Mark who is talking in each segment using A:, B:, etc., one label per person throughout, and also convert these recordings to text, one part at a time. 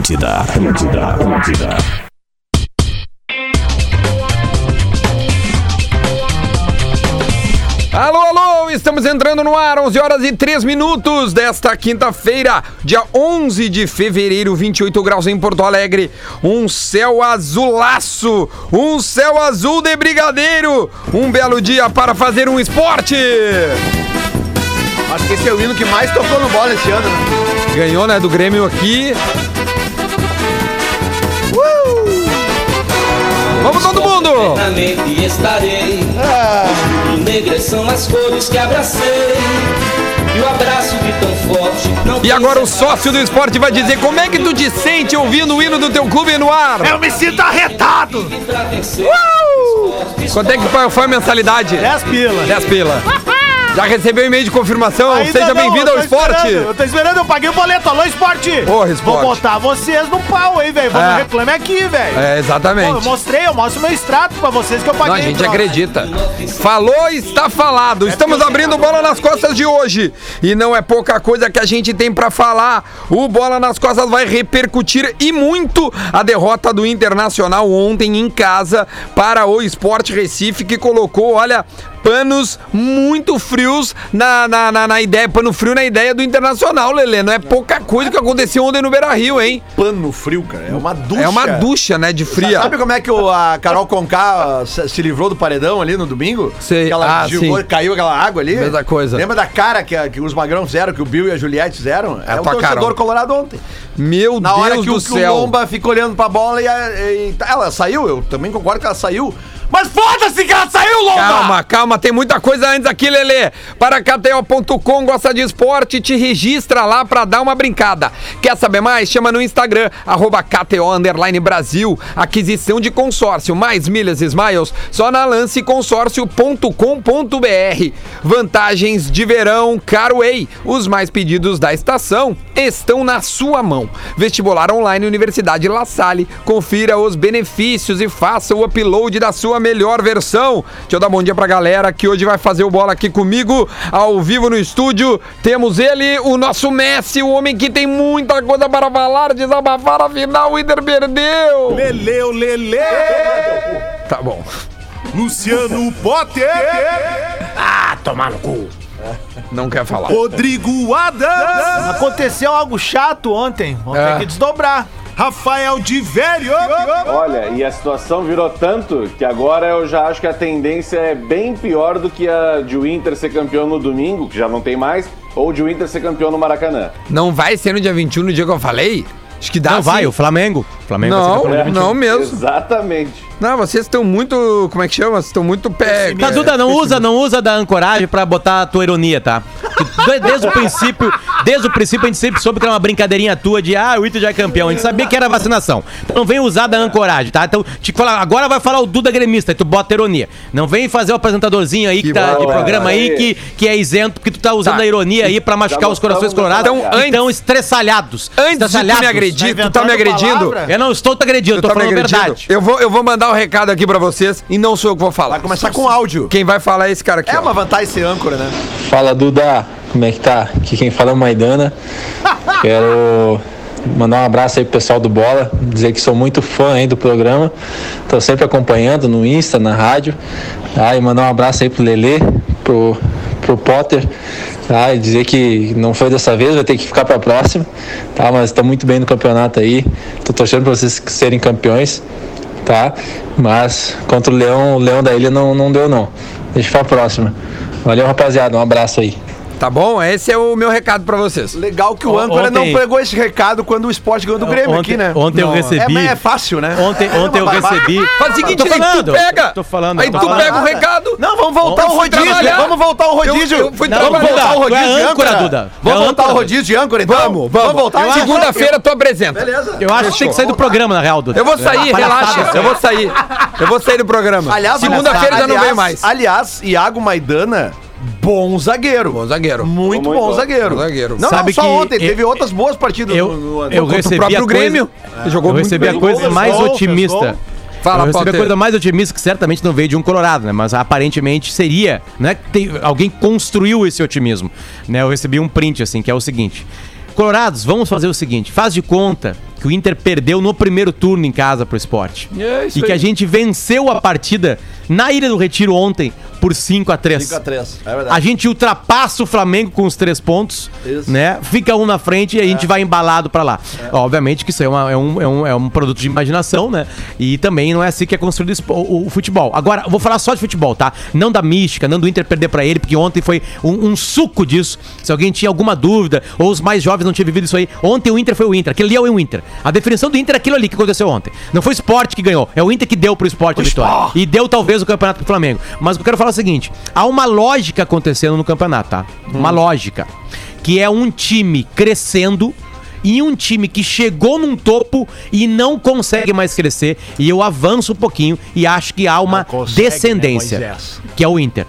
A: Atlântida, Atlântida, Atlântida.
B: Alô, alô, estamos entrando no ar, 11 horas e 3 minutos desta quinta-feira, dia 11 de fevereiro, 28 graus em Porto Alegre. Um céu azulaço, um céu azul de brigadeiro, um belo dia para fazer um esporte.
C: Acho que esse é o hino que mais tocou no bola esse ano. né?
B: Ganhou, né, do Grêmio aqui. Uh! Vamos todo mundo!
D: Eternamente estarei.
B: Ah.
D: Os negras são as cores que abracei. E o abraço de tão forte não
B: E agora o sócio do esporte vai dizer como é que tu te sente ouvindo o hino do teu clube no ar.
C: Eu me sinto arretado!
D: pra vencer.
B: Quanto é que foi a mensalidade?
C: 10 pilas.
B: 10 pila. Já recebeu e-mail de confirmação? Seja bem-vindo ao esporte.
C: Eu tô esperando, eu paguei o boleto. Alô, esporte!
B: Porra, esporte.
C: Vou botar vocês no pau, hein, velho? Vamos
B: É.
C: reclame aqui, velho.
B: É,
C: Pô, eu
B: exatamente.
C: mostrei, eu mostro meu extrato pra vocês que eu paguei.
B: Não, a gente
C: troca.
B: acredita. Falou, está falado. Estamos abrindo o bola nas costas de hoje. E não é pouca coisa que a gente tem pra falar. O bola nas costas vai repercutir e muito a derrota do Internacional ontem em casa para o Sport Recife, que colocou, olha, panos muito frios na, na, na, na ideia, pano frio na ideia do Internacional, Lelê. Não é pouca coisa que aconteceu ontem no Beira Rio, hein?
E: pano frio, cara. É uma ducha.
B: É uma ducha, né, de fria.
C: Sabe como é que o- a Carol Conká ah, se se livrou do paredão ali no domingo?
B: Sei.
C: Que ela
B: Ah,
C: jogou,
B: sim.
C: caiu aquela água ali.
B: Mesma coisa.
C: Lembra da cara que, a- que os magrão fizeram, que o Bill e a Juliette fizeram?
B: É
C: É,
B: a
C: o
B: tua
C: torcedor
B: Carol.
C: colorado ontem.
B: Meu
C: Na hora
B: Deus
C: que, o,
B: do
C: que o
B: céu.
C: Lomba fica olhando pra bola e, a- e tá- ela saiu, eu também concordo que ela saiu. Mas foda-se que ela saiu, Lomba!
B: Calma, calma, tem muita coisa antes aqui, Lelê. Para KTO.com, gosta de esporte, te registra lá pra dar uma brincada. Quer saber mais? Chama no Instagram, arroba KTO Underline Brasil. Aquisição de consórcio, mais milhas e smiles, só na lanceconsórcio.com.br. Vantagens de verão, Carway. Os mais pedidos da estação estão na sua mão. Vestibular online Universidade La Salle. Confira os benefícios e faça o upload da sua melhor versão. Deixa eu dar um bom dia pra galera que hoje vai fazer o bola aqui comigo, ao vivo no estúdio. Temos ele, o nosso Messi, o homem que tem muita coisa para falar, desabafar, afinal o Inter perdeu.
E: Leleu, lele.
B: Tá bom.
E: Luciano Potter.
B: Não quer falar.
E: Rodrigo Adams.
C: Aconteceu algo chato ontem. Vamos
B: É.
C: ter que desdobrar.
E: Rafael de Velho.
F: Olha, e a situação virou tanto que agora eu já acho que a tendência é bem pior do que a de o Inter ser campeão no domingo, que já não tem mais, ou de o Inter ser campeão no Maracanã.
B: Não vai ser no dia 21, no dia que eu falei? Acho que dá
G: Não, vai,
B: sim.
G: o Flamengo. O Flamengo vai ser campeão.
B: Não, não mesmo.
F: Exatamente.
B: Não, vocês estão muito. Como é que chama? Vocês estão muito pé.
G: Tá, Duda, não usa, não usa da ancoragem pra botar a tua ironia, tá? Que de- Desde o princípio, desde o princípio a gente sempre soube que era uma brincadeirinha tua de ah, o Ito já é campeão. A gente sabia que era vacinação. Então não vem usar da ancoragem, tá? Então, te falar, agora vai falar o Duda gremista, aí tu bota a ironia. Não vem fazer o apresentadorzinho aí que,
B: Que
G: tá de
F: boa,
G: programa aí
F: aí.
G: que, que é isento, porque tu tá usando
B: Tá.
G: a ironia aí pra machucar os corações
F: mostramos
G: colorados.
B: essa
G: Então,
B: piada.
G: então estressalhados.
B: Antes de tu me agredir, tu tá me
C: inventando
B: agredindo?
C: palavra?
G: Eu não estou te agredindo, eu
B: Tu
G: tô
B: tá me
G: falando a
B: agredindo?
G: verdade.
B: Eu vou, eu vou mandar o recado aqui pra vocês e não sou eu que vou falar.
C: Vai começar com áudio.
B: Quem vai falar é esse cara aqui.
C: É
B: ó.
C: uma vantagem ser âncora, né?
H: Fala Duda, como é que tá? Aqui quem fala é o Maidana. Quero mandar um abraço aí pro pessoal do Bola, dizer que sou muito fã aí do programa. Tô sempre acompanhando no Insta, na rádio. Tá? E mandar um abraço aí pro Lelê, pro, pro Potter. Tá? E dizer que não foi dessa vez, vai ter que ficar pra próxima. Tá? Mas tá muito bem no campeonato aí. Tô torcendo pra vocês serem campeões. Tá? Mas contra o Leão, o Leão da Ilha não, não deu não. Deixa pra próxima. Valeu, rapaziada. Um abraço aí.
B: Tá bom? Esse é o meu recado pra vocês.
C: Legal que o
G: O-
C: âncora não
G: ontem- É,
C: pegou esse recado quando o esporte ganhou do Grêmio
G: ontem,
C: aqui, né?
G: Ontem eu
B: Não,
C: É,
G: recebi.
C: mas é fácil, né?
G: Ontem,
C: É uma
G: ontem eu
C: barbada.
G: recebi.
B: Faz o seguinte,
G: Tô
B: aí
G: falando,
B: tu pega.
G: tô falando,
B: aí
G: tô
B: tu
G: falando.
B: pega o recado.
C: Não, vamos voltar
B: Ontem
C: o
B: fui
C: rodízio.
B: trabalhar.
C: Vamos voltar o rodízio.
B: Eu- eu fui
C: Não,
B: trabalhar.
C: vamos voltar o
G: Tu é
C: rodízio de
G: âncora,
C: âncora.
G: Duda. Tu é
C: Vamos voltar
G: âncora,
C: o rodízio de âncora, então?
B: Vamos, vamos.
C: voltar de
B: Segunda-feira tu apresenta.
C: Beleza.
G: Eu acho que tem que sair do programa, na real, Dudu.
B: Eu vou sair, relaxa. Eu vou sair. Eu vou sair do programa.
C: Aliás,
B: Segunda-feira já não
C: aliás-
B: vem mais.
C: Aliás, Iago Maidana, bom zagueiro.
B: Bom zagueiro.
C: Muito,
F: Muito
C: bom,
F: bom.
C: zagueiro.
B: Bom zagueiro.
C: Não,
G: Sabe
C: não, só
G: que
C: ontem.
G: eu-
C: teve outras boas partidas
G: Eu,
C: no, no
B: Contra
G: eu
B: o
G: recebi
B: próprio
G: a coisa,
B: Grêmio. Ele jogou
G: eu
B: muito
G: recebi
B: bem.
G: a coisa
C: Fez
G: mais
C: gol, fez
G: otimista.
C: gol.
B: Fala,
G: eu recebi
B: Potter.
G: a coisa mais otimista que certamente não veio de um colorado, né? Mas aparentemente seria, né? que tem- alguém construiu esse otimismo, né? Eu recebi um print assim que é o seguinte: Colorados, vamos fazer o seguinte: faz de conta que o Inter perdeu no primeiro turno em casa pro esporte.
B: É isso
G: e que
B: aí.
G: a gente venceu a partida na Ilha do Retiro ontem por 5 a 3
C: Fica três. É verdade.
G: a gente ultrapassa o Flamengo com os três pontos,
C: Isso.
G: né? Fica um na frente e a gente vai embalado pra lá. Obviamente que isso é, uma- é um, é, um, é um produto de imaginação, né? E também não é assim que é construído espo- o, o futebol. Agora, eu vou falar só de futebol, tá? Não da mística, não do Inter perder pra ele, porque ontem foi um, um suco disso. Se alguém tinha alguma dúvida, ou os mais jovens não tinham vivido isso aí, ontem o Inter foi o Inter. Aquilo ali é o Inter. A definição do Inter é aquilo ali que aconteceu ontem. Não foi o esporte que ganhou, é o Inter que deu pro esporte a vitória. E deu talvez o campeonato pro Flamengo. Mas o que eu quero falar é o seguinte: há uma lógica acontecendo no campeonato, tá? Uma lógica. Que é um time crescendo e um time que chegou num topo e não consegue mais crescer. E eu avanço um pouquinho e acho que há uma descendência, que é o Inter.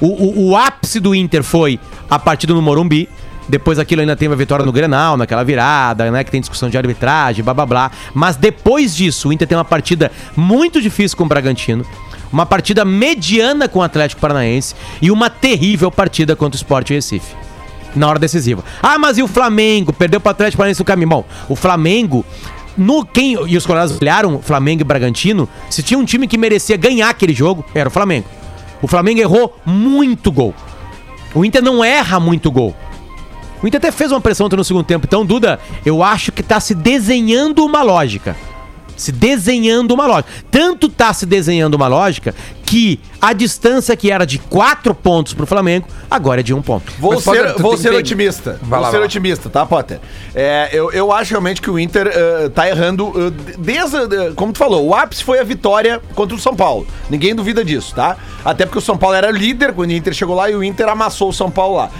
G: O, o- o ápice do Inter foi a partida no Morumbi. Depois aquilo ainda teve a vitória no Grenal, naquela virada, né? Que tem discussão de arbitragem, blá blá blá. Mas depois disso, o Inter tem uma partida muito difícil com o Bragantino. Uma partida mediana com o Atlético Paranaense e uma terrível partida contra o Sport Recife. Na hora decisiva. Ah, mas e o Flamengo? Perdeu pro Atlético Paranaense no caminho. Bom, o Flamengo. No quem. E os Colorados olharam Flamengo e Bragantino. Se tinha um time que merecia ganhar aquele jogo, era o Flamengo. O Flamengo errou muito gol. O Inter não erra muito gol. O Inter até fez uma pressão ontem no segundo tempo. Então, Duda, eu acho que tá se desenhando uma lógica. Se desenhando uma lógica. Tanto tá se desenhando uma lógica que a distância que era de quatro pontos pro Flamengo, agora é de um ponto.
C: Vou
B: Mas,
C: ser,
B: Potter, tu
C: vou
B: tem
C: ser
B: bem.
C: otimista.
B: Vai
C: vou
B: lá,
C: ser
B: vai lá.
C: otimista, tá, Potter? É, eu, eu acho realmente que o Inter eh, tá errando eh, desde. eh, como tu falou, o ápice foi a vitória contra o São Paulo. Ninguém duvida disso, tá? Até porque o São Paulo era líder quando o Inter chegou lá e o Inter amassou o São Paulo lá.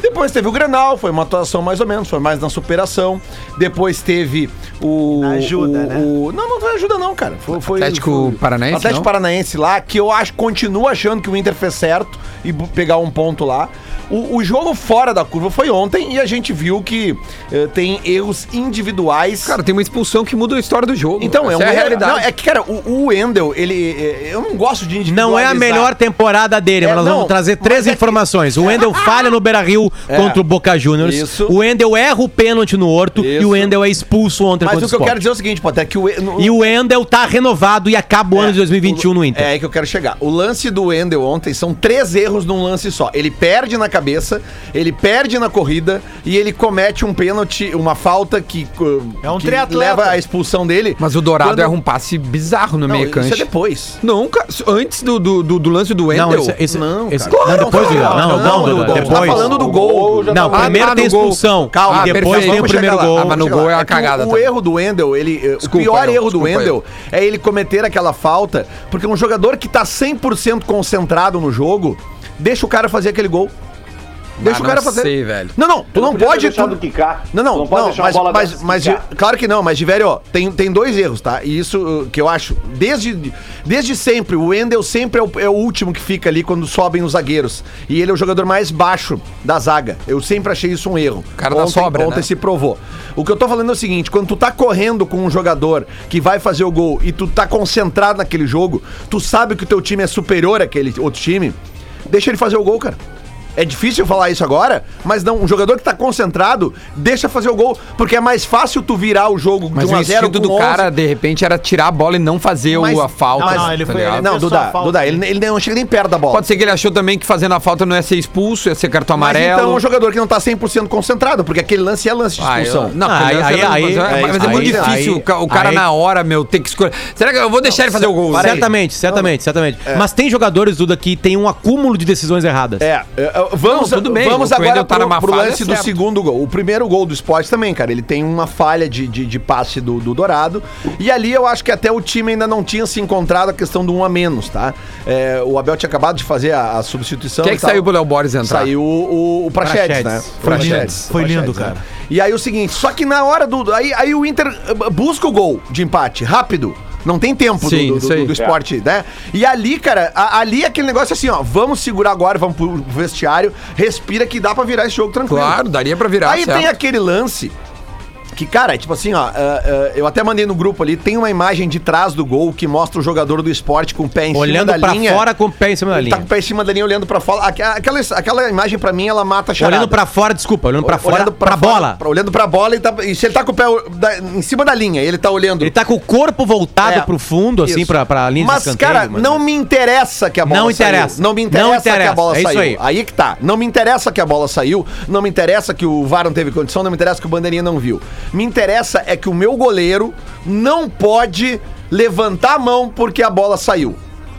C: Depois teve o Grenal, foi uma atuação mais ou menos, foi mais na superação. Depois teve o.
E: Ajuda,
C: o-
E: né?
C: o- não, não foi ajuda, não, cara. Foi, foi-
B: Atlético
C: foi-
B: Paranaense,
C: Atlético
B: não?
C: Paranaense lá, que eu acho, continuo achando que o Inter fez certo e bu- pegar um ponto lá. O, o jogo fora da curva foi ontem e a gente viu que eh, tem erros individuais.
B: Cara, tem uma expulsão que muda a história do jogo.
C: então, é, um
B: Essa é a
C: erro-
B: realidade.
C: Não, é que, cara, o, o Wendel, ele. eh, Eu não gosto de individualizar.
G: Não é a melhor temporada dele,
C: É,
G: mas nós
C: não,
G: vamos trazer
C: mas
G: três
C: é que- É.
G: informações. O Wendel falha no Beira Rio contra o Boca Juniors.
C: Isso.
G: O Wendel erra o pênalti no Horto e
C: Isso.
G: o Wendel é expulso ontem
C: Mas
G: contra
C: o que eu quero
G: Sport.
C: dizer é o seguinte, Potter, é que o. no-
G: E o Wendel tá renovado e acaba o ano de 2021
C: É, o-
G: no Inter.
C: É aí que eu quero chegar. O lance do Wendel ontem são três erros num lance só. Ele perde na cabeça, ele perde na corrida e ele comete um pênalti, uma falta que, uh,
E: É um
C: que
E: triatleta.
C: leva à expulsão dele.
B: Mas o Dourado
G: é
C: Quando-
B: erra um passe bizarro no
C: Não,
B: meio
C: isso é
B: cancha.
C: depois.
B: Nunca. Antes do, do, do- do lance do Wendel. um
G: Não, esse, esse,
C: É, Não,
G: esse-
C: cara.
G: não, depois do
C: Não,
G: Não, não,
C: não,
G: Duda,
C: Duda,
G: depois.
C: tá falando do gol. tá
F: já
G: Não,
F: tava-
G: primeiro
B: Ah,
G: tem
B: no gol.
G: expulsão.
C: Calma,
G: e depois
B: perfeito.
G: tem o
B: Vamos
G: primeiro
B: chegar lá.
G: gol.
B: Ah, mas no
C: Chega
B: gol
C: lá.
B: é uma
C: que o-
B: cagada
C: O,
B: também.
C: erro do Wendel, ele, eh,
B: Desculpa,
C: o pior
B: Elton,
C: erro do
B: desculpa,
C: Wendel é ele cometer aquela falta, porque um jogador que tá 100% concentrado no jogo, deixa o cara fazer aquele gol. Deixa
B: Ah,
C: o cara
B: não
C: fazer.
B: sei, velho.
C: Não, não, tu
F: Eu
C: não,
F: podia ter
C: pode.
F: deixado
C: tu-
F: quicar.
C: Não, não, não,
F: pode deixar
C: mas,
F: uma bola
C: mas,
F: dessas
C: mas
F: quicar.
C: de- claro que não, mas Diverio, ó, tem, tem dois erros, tá? E isso uh, que eu acho, desde, desde sempre, o Wendel sempre é o, é o último que fica ali quando sobem os zagueiros. E ele é o jogador mais baixo da zaga. Eu sempre achei isso um erro. O
B: cara da sobra,
C: Ontem
B: né?
C: se provou. O que eu tô falando é o seguinte, quando tu tá correndo com um jogador que vai fazer o gol e tu tá concentrado naquele jogo, tu sabe que o teu time é superior àquele outro time, deixa ele fazer o gol, cara. É difícil falar isso agora, mas não, um jogador que tá concentrado, deixa fazer o gol, porque é mais fácil tu virar o jogo
B: Mas
C: de 1
B: o
C: a 0
B: instinto do cara, de repente, era tirar a bola e não fazer o-
C: Mas-
B: a falta. tá
E: Não, não, ele foi-
B: ligado?
E: ele-
C: Não,
E: Pensou É
C: Duda,
E: a falta.
C: Duda, ele, ele não chega nem perto da bola.
B: Pode ser que ele achou também que fazendo a falta não ia ser expulso, ia ser cartão
C: Mas
B: amarelo.
C: então é um jogador que não tá 100% concentrado, porque aquele lance é lance de
B: Ah, eu-
C: expulsão.
B: Não,
G: Ah,
B: aí, aí,
G: aí- aí-
B: mas,
G: aí-
B: mas é muito
G: aí-
B: difícil
G: aí-
B: o ca- o cara
G: aí-
B: na hora, meu, ter que escolher. Será que eu vou deixar ele fazer o gol?
C: para aí.
G: Certamente, certamente, certamente. Mas tem jogadores, Duda, que tem um acúmulo de decisões erradas.
C: É, é, é, vamos,
B: Não, tudo bem,
C: vamos
B: o Coelho
C: agora
B: tá
C: pro,
B: numa
C: pro
B: falha,
C: lance do
B: certo.
C: segundo gol. O primeiro gol do esporte também, cara. Ele tem uma falha de, de, de passe do, do Dourado. E ali eu acho que até o time ainda não tinha se encontrado a questão do um a menos, tá? É, o Abel tinha acabado de fazer a, a substituição.
B: Quem é
C: e
B: que
C: tal.
B: saiu pro Léo Borges entrar?
C: Saiu o, o, o Prachedes,
G: Prachedes.
C: né?
G: Foi lindo.
E: Foi lindo,
C: né?
E: cara.
C: E aí o seguinte, só que na hora do... Aí, aí o Inter eh, busca o gol de empate, rápido. Não tem tempo do-
B: Sim,
C: do, do,
B: isso aí.
G: É.
C: do esporte, né? E ali, cara, a- ali é aquele negócio assim, ó, vamos segurar agora, vamos pro vestiário, respira que dá pra virar esse jogo tranquilo.
G: tá
B: Claro, daria pra virar,
C: Aí
B: certo.
C: tem aquele lance Que, cara, tipo assim, ó, ah, ah, eu até mandei no grupo ali, tem uma imagem de trás do gol que mostra o jogador do esporte com o pé em
G: Olhando
C: cima da
G: pra
C: linha.
G: fora com o pé em cima da
C: Ele
G: linha.
C: tá com o pé em cima da linha olhando pra fora. Aquela, aquela- aquela imagem pra mim, ela mata a charada.
G: Olhando pra fora, desculpa, olhando pra
C: Olhando
G: fora,
C: fora,
G: pra, bola.
C: pra- olhando pra bola e, tá- e se ele tá com o pé o- da- em cima da linha, ele tá olhando.
G: Ele tá com o corpo
C: É,
G: voltado pro fundo, assim,
C: isso.
G: pra, pra linha
C: Mas,
G: de escanteio.
C: cara,
G: mano.
C: não me interessa que a bola
G: Não
C: saiu.
G: interessa.
C: Não me interessa,
G: Não interessa,
C: que a bola
G: é isso
C: saiu.
G: aí.
C: que tá. Não me interessa que a bola saiu, não me interessa que o VAR não teve condição, não me interessa que o bandeirinha não viu. Me interessa é que o meu goleiro não pode levantar a mão porque a bola saiu.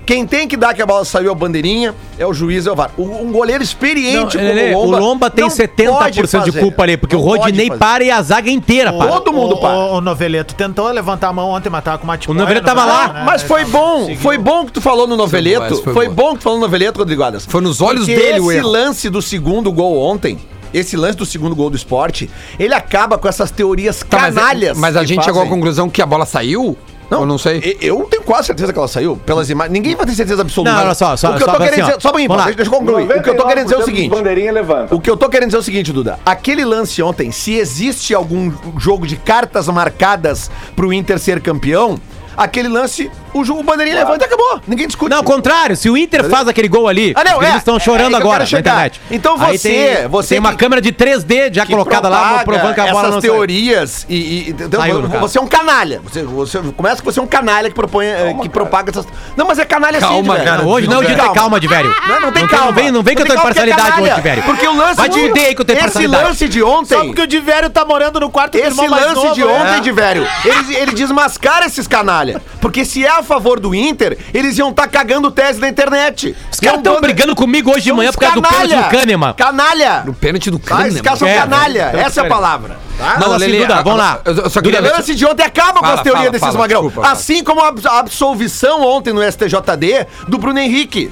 C: Quem tem que dar que a bola saiu é o bandeirinha, é o juiz, é o VAR. O- Um goleiro experiente
G: Não,
C: como
G: Lelê,
C: o Lomba.
G: o Lomba tem
C: não
G: 70%
C: pode
G: de culpa ali, porque
C: Não
G: o Rodinei
C: pode fazer.
G: para e a zaga inteira, para.
C: Todo mundo
I: o,
C: para.
I: O, o Noveleto tentou levantar a mão ontem, mas tava com uma tipo.
G: O Noveleto tava lá.
C: Ah, Mas foi bom, foi bom que tu falou no noveleto.
B: Foi bom,
C: Foi,
B: foi
C: bom que tu falou no noveleto, Rodrigo Adas.
B: Foi nos olhos dele o
C: esse
B: erro.
C: lance do segundo gol ontem, esse lance do segundo gol do esporte, ele acaba com essas teorias
B: Tá, mas-
C: canalhas.
B: Mas, a
C: que
B: gente chegou à
C: fazem.
B: conclusão que a bola saiu?
C: Não,
B: Eu não sei.
C: e- Eu tenho quase certeza que ela saiu, pelas imagens. Ninguém vai ter certeza absoluta.
G: Não, olha só,
C: O
G: só-
C: que eu
G: só-
C: tô querendo
G: assim, ó.
C: dizer. Só pra mim,
G: Vamos lá.
C: deixa eu concluir. O que eu tô querendo dizer é o seguinte.
F: Bandeirinha levanta.
C: O que eu tô querendo dizer é o seguinte, Duda. Aquele lance ontem, se existe algum jogo de cartas marcadas pro Inter ser campeão, aquele lance, o, jogo, o bandeirinha levanta e acabou. Ninguém discute.
G: Não, ao contrário, se o Inter faz aquele gol ali,
C: Ah, não, é,
G: eles estão
C: é, é aí
G: chorando
C: que eu
G: agora
C: quero
G: na
C: chegar.
G: internet.
C: Então
G: Aí
C: você-
G: tem,
C: você
G: tem uma
C: que-
G: câmera de 3D já
C: que
G: colocada lá,
C: propaga
G: provando que a bola
C: essas
G: não saiu.
C: teorias e, e- então,
G: Saiu, no
C: vo-
G: caso.
C: você é um canalha. Você, você começa que você é um canalha que propõe eh, que propaga essas. Não, mas é canalha
B: Calma,
C: velho.
B: cara.
G: Não, hoje não é o dia de ter calma, de velho.
C: Ah, Não, não tem calma.
G: Não vem, não vem que eu tô
C: tem
G: de
C: calma, porque é
G: parcialidade
C: canalha.
G: hoje, velho.
C: Porque o lance um-
G: Vai te fuder aí que eu tenho
C: Esse
G: parcialidade.
C: lance de ontem.
I: Só porque o Diverio tá morando no quarto
C: Esse
I: mais
C: lance
I: novo,
C: de
I: né?
C: ontem, de velho, ele, ele desmascara esses canalha. Porque se é a favor do Inter, eles iam estar cagando tese na internet.
G: Os caras estão brigando comigo hoje de manhã por causa do pênalti do Kahneman.
C: Canalha!
B: O pênalti do
C: Tá?
B: Kahneman.
C: Esses caras são
G: É,
C: canalha.
G: velho.
C: Essa é a palavra. Tá?
G: Não, assim, Duda,
B: a-
G: vamos lá.
B: Eu eu só
C: O
B: queria...
C: lance de ontem acaba com
B: Fala,
C: as teorias
B: fala,
C: desses
B: fala,
C: magrão.
B: desculpa, fala.
C: assim como a abs- a absolvição ontem no STJD do Bruno Henrique,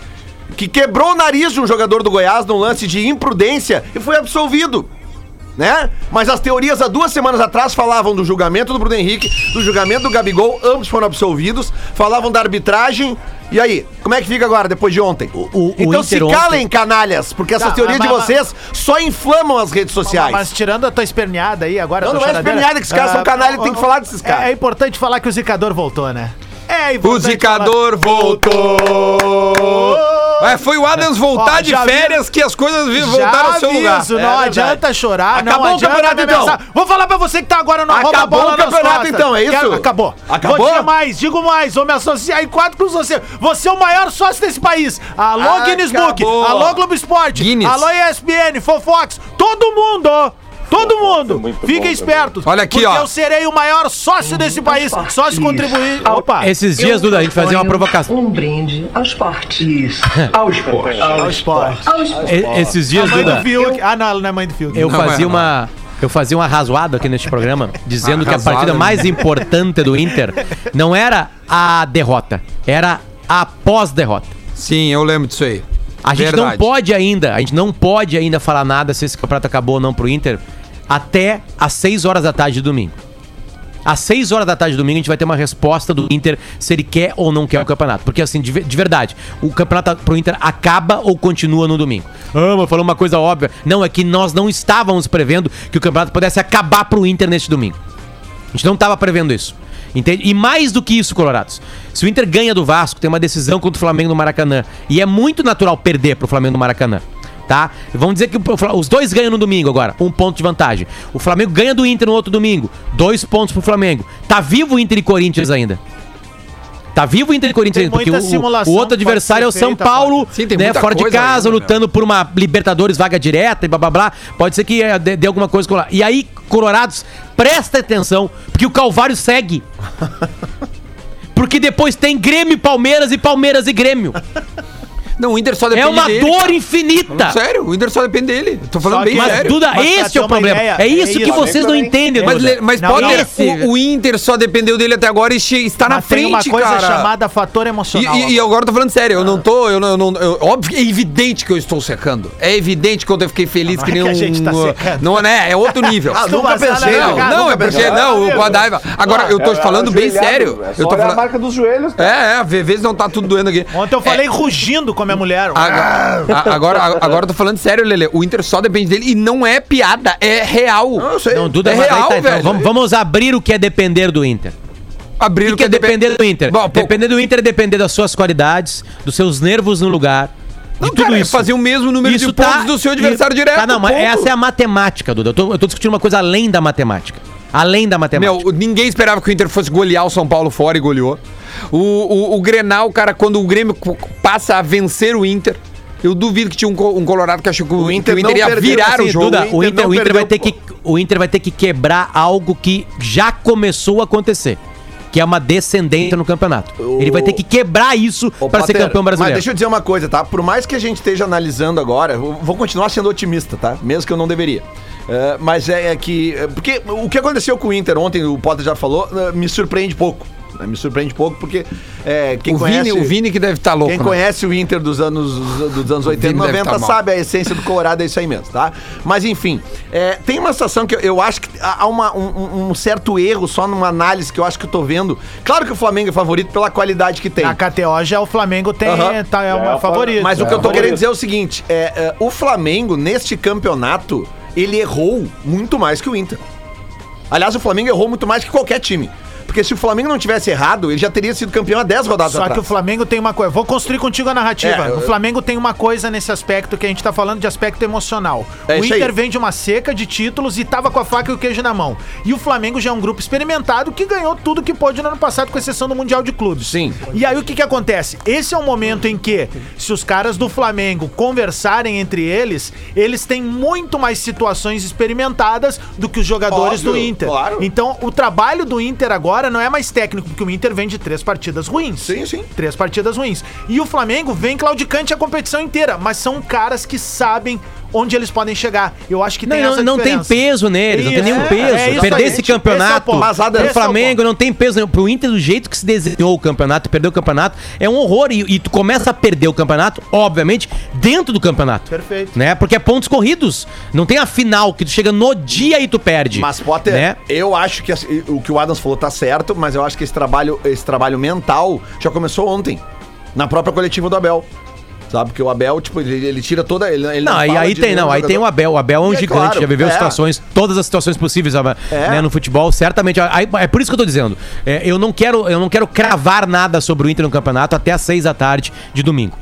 C: que quebrou o nariz de um jogador do Goiás num lance de imprudência e foi absolvido. Né? Mas as teorias há duas semanas atrás falavam do julgamento do Bruno Henrique, do julgamento do Gabigol, ambos foram absolvidos, falavam da arbitragem. E aí, como é que fica agora, depois de ontem?
G: o
C: então se
G: Inter ontem-
C: calem, canalhas, porque essas
I: Tá,
C: teorias
I: mas-
C: de
I: mas-
C: vocês só inflamam as redes sociais.
I: Mas tirando a tua esperneada aí agora.
C: Não,
I: a tua
C: não é
I: choradeira,
C: esperneada, que esses caras
I: ah,
C: são canalha e tem
I: o-
C: que falar desses caras.
I: É, é importante falar que o Zicador voltou, né? É
B: O
I: importante
B: zicador voltou! É, foi o Adams voltar
I: Ó,
B: de
I: já vi-
B: férias que as coisas vi-
I: Já
C: tá
B: voltaram ao seu lugar.
I: aviso, Não adianta chorar,
C: É Acabou
I: não
C: o
I: adianta
C: campeonato, então.
I: começar. Vou falar pra você que tá agora no
C: Acabou
I: arroba bola
C: o
I: nas
C: campeonato,
I: costas.
C: então, é isso?
I: Quero- Acabou.
C: Acabou?
I: Vou dizer mais, digo mais, vou me associar em quatro com você. Você é o maior sócio desse país. Alô, Guinness Book.
B: Acabou.
I: Alô, Globo Esporte.
B: Guinness.
I: Alô, ESPN, Fofox. Todo mundo. Todo mundo.
F: muito bom
I: Fiquem
F: também.
I: espertos.
B: Olha aqui,
I: porque
B: ó.
I: eu serei o maior sócio
C: Hum,
I: desse país. Sócio
C: Ah,
I: contribuinte. Opa.
G: Esses dias, Duda, a gente fazia uma provocação.
J: Um brinde ao esporte. Isso.
I: Ao esporte.
J: Ao esporte.
G: E- Esses dias,
I: Mãe do
G: Duda,
I: Fiuk. Ah, não, ela não é mãe do Fiuk.
G: eu
B: Não, é,
G: fazia
B: não.
G: uma. Eu fazia um arrazoado aqui neste programa, dizendo que a
B: Arrazoado,
G: partida
B: né?
G: mais importante do Inter não era a derrota, era a pós-derrota.
B: Sim, eu lembro disso aí.
G: A gente não
B: Verdade.
G: pode ainda, a gente não pode ainda falar nada se esse campeonato acabou ou não pro Inter até às 6 horas da tarde de domingo. Às 6 horas da tarde de domingo a gente vai ter uma resposta do Inter se ele quer ou não quer o campeonato. Porque assim, de, ve- de verdade, o campeonato pro Inter acaba ou continua no domingo. Ah, mas falou uma coisa óbvia. Não, é que nós não estávamos prevendo que o campeonato pudesse acabar pro Inter neste domingo. A gente não estava prevendo isso. Entende? E mais do que isso, Colorados. Se o Inter ganha do Vasco, tem uma decisão contra o Flamengo no Maracanã. E é muito natural perder pro Flamengo no Maracanã. Tá? Vamos dizer que o Fla- os dois ganham no domingo agora, um ponto de vantagem. O Flamengo ganha do Inter no outro domingo, dois pontos pro Flamengo. Tá vivo o Inter e Corinthians ainda. Tá vivo o Inter e Corinthians ainda, porque
I: muita
G: o- o,
I: simulação
G: outro
I: que pode
G: adversário é o
I: ser
G: São
I: feita,
G: Paulo,
I: Fábio.
B: Sim, tem
G: né,
B: muita
G: fora de
B: coisa
G: casa,
B: ainda, né?
G: lutando lutando por uma Libertadores vaga direta e blá blá blá. Pode ser que eh, dê, dê alguma coisa com lá. E aí, Colorados, presta atenção, porque o Calvário segue. Porque depois tem Grêmio e Palmeiras e Palmeiras e Grêmio.
B: Não, o Inter só depende
G: É uma
B: dele.
G: dor
B: cara.
G: infinita.
B: Sério, o Inter só depende dele. Tô falando
I: Só
B: bem
I: que-
G: Mas, é
B: sério.
G: Duda,
I: Mas pra
G: esse
I: ter
G: é o
I: uma
G: problema.
I: ideia,
G: é isso
I: é
G: que
I: isso.
G: vocês não
F: Flamengo
G: entendem,
B: Mas,
G: Duda.
B: le- mas
I: Não, é
B: pode.
I: não.
B: o, o Inter só dependeu dele até agora e che- está na
I: Mas
B: frente,
I: tem uma coisa
B: cara.
I: chamada fator
B: E,
I: emocional.
B: e, e agora eu tô falando sério, eu não tô. Eu não, eu não- eu- óbvio, é evidente que eu estou secando. É evidente que eu fiquei feliz
I: Não
B: que
I: é
B: nem
I: que a
B: um.
I: gente tá secando.
B: não, né? É outro nível.
C: Ah,
I: Tu
C: nunca
I: vai ser
C: pensei.
I: na
B: Não,
I: Cara,
B: não,
I: nunca
B: é porque
I: pensei.
B: não, o Guadaiva. Agora, eu tô te falando bem
F: ajoelhado,
B: sério.
F: É só
B: Eu tô
F: olhar a
B: falando.
F: marca dos joelhos, cara.
B: É, é, às vezes não tá tudo doendo aqui.
I: Ontem eu falei rugindo como minha mulher.
B: Agora, a- agora, a- agora eu tô falando sério, Lele. O Inter só depende dele e não é piada, é real. Não, eu sei.
G: Não, Duda,
B: é
G: mas aí
B: real,
G: tá, então,
B: velho.
G: Vamos, vamos abrir o que é depender do Inter.
B: abrir
G: O que é
B: depen-
G: depender do Inter?
B: Bom, pô,
G: depender do Inter é depender das suas qualidades, dos seus nervos no lugar, de
B: não,
G: tudo
B: cara, é
G: isso.
B: fazer o mesmo número de pontos do seu adversário
G: e-
B: direto.
G: Tá, não, mas
B: ponto.
G: essa é a matemática, Duda. Eu tô, eu tô discutindo uma coisa além da matemática. Além da matemática.
B: Meu, ninguém esperava que o Inter fosse golear o São Paulo fora e goleou. O, o, o Grenal, cara, quando o Grêmio co- passa a vencer o Inter, eu duvido que tinha um, co- um Colorado que achou que o, que o Inter,
C: Inter não
B: ia
C: perdeu,
B: virar o
C: assim,
B: jogo.
G: Tipo Duda, o Inter,
C: não
G: o Inter vai ter
B: um
C: perdeu,
G: que o Inter vai ter que quebrar algo que já começou a acontecer, que é uma descendência no campeonato. Ele vai ter que quebrar isso
C: Ô,
G: para ser
C: Potter,
G: campeão brasileiro.
C: Mas deixa eu dizer uma coisa, tá? Por mais que a gente esteja analisando agora, eu vou continuar sendo otimista, tá? Mesmo que eu não deveria. É, mas é, é que. é porque o que aconteceu com o Inter ontem, o Potter já falou, é, me surpreende pouco. né? Me surpreende pouco, porque é, quem
B: o,
C: conhece.
B: Vini, o Vini que deve estar louco.
C: Quem
B: né?
C: conhece o Inter dos anos, dos anos 80 e
B: Vini deve
C: 90
B: tá mal.
C: sabe a essência do Colorado, é isso aí mesmo, tá? Mas enfim, é, tem uma sensação que eu, eu acho que há uma- um, um certo erro só numa análise que eu acho que eu tô vendo. Claro que o Flamengo é favorito pela qualidade que tem.
I: A KTO já o Flamengo tem,
C: Aham.
I: tá,
F: Já
I: é
F: é
I: uma
F: o
I: favorita.
F: favorito.
C: Mas o que eu tô
F: É.
C: querendo dizer é o seguinte: é, é, o Flamengo, neste campeonato, ele errou muito mais que o Inter. Aliás, o Flamengo errou muito mais que qualquer time. Porque se o Flamengo não tivesse errado, ele já teria sido campeão há 10 rodadas
I: Só que o
C: atrás.
I: Flamengo tem uma coisa. Vou construir contigo a narrativa.
C: É, eu-
I: O Flamengo tem uma coisa nesse aspecto que a gente tá falando de aspecto emocional.
C: É
I: o
C: isso aí.
I: Inter vem de uma seca de títulos e tava com a faca e o queijo na mão. E o Flamengo já é um grupo experimentado que ganhou tudo que pôde no ano passado, com exceção do Mundial de Clubes.
C: Sim.
I: E aí o que que acontece? Esse é um momento em que, se os caras do Flamengo conversarem entre eles, eles têm muito mais situações experimentadas do que os jogadores
C: Óbvio,
I: do Inter.
C: claro.
I: Então, o trabalho do Inter agora não é mais técnico, porque o Inter vem de três partidas ruins.
C: Sim, sim.
I: Três partidas ruins. E o Flamengo vem claudicante a competição inteira, mas são caras que sabem onde eles podem chegar. Eu acho que
G: Não,
I: tem
G: não,
I: essa
G: não tem
I: diferença.
G: peso neles, não tem
I: Isso,
G: nenhum
I: é,
G: peso.
I: é isso
G: Perder
I: aí,
G: esse
I: gente. Esse é o
G: campeonato
I: ponto.
C: Mas, Adam,
I: Esse
G: pro
I: é o
G: Flamengo não tem peso nenhum. Pro Inter, do jeito que se desenhou o campeonato, perder o campeonato, é um horror. E, e tu começa a perder o campeonato, obviamente, dentro do campeonato.
I: Perfeito.
G: Né? Porque é pontos corridos. Não tem a final que tu chega no dia e tu perde.
C: Mas, Potter,
G: Né?
C: eu acho que assim, o que o Adams falou tá certo, mas eu acho que esse trabalho, esse trabalho mental já começou ontem, na própria coletiva do Abel. Sabe? Porque o Abel, tipo, ele, ele tira toda. Ele, ele
G: Não, e
C: fala
G: aí
C: de
G: tem,
C: nenhum
G: não, aí
C: jogador.
G: tem o Abel. O Abel é um
C: E é
G: gigante,
C: claro,
G: já viveu
C: é.
G: situações, todas as situações possíveis né, no futebol, certamente. Aí, é por isso que eu tô dizendo. é, eu, não quero, eu não quero cravar nada sobre o Inter no campeonato até às seis da tarde de domingo.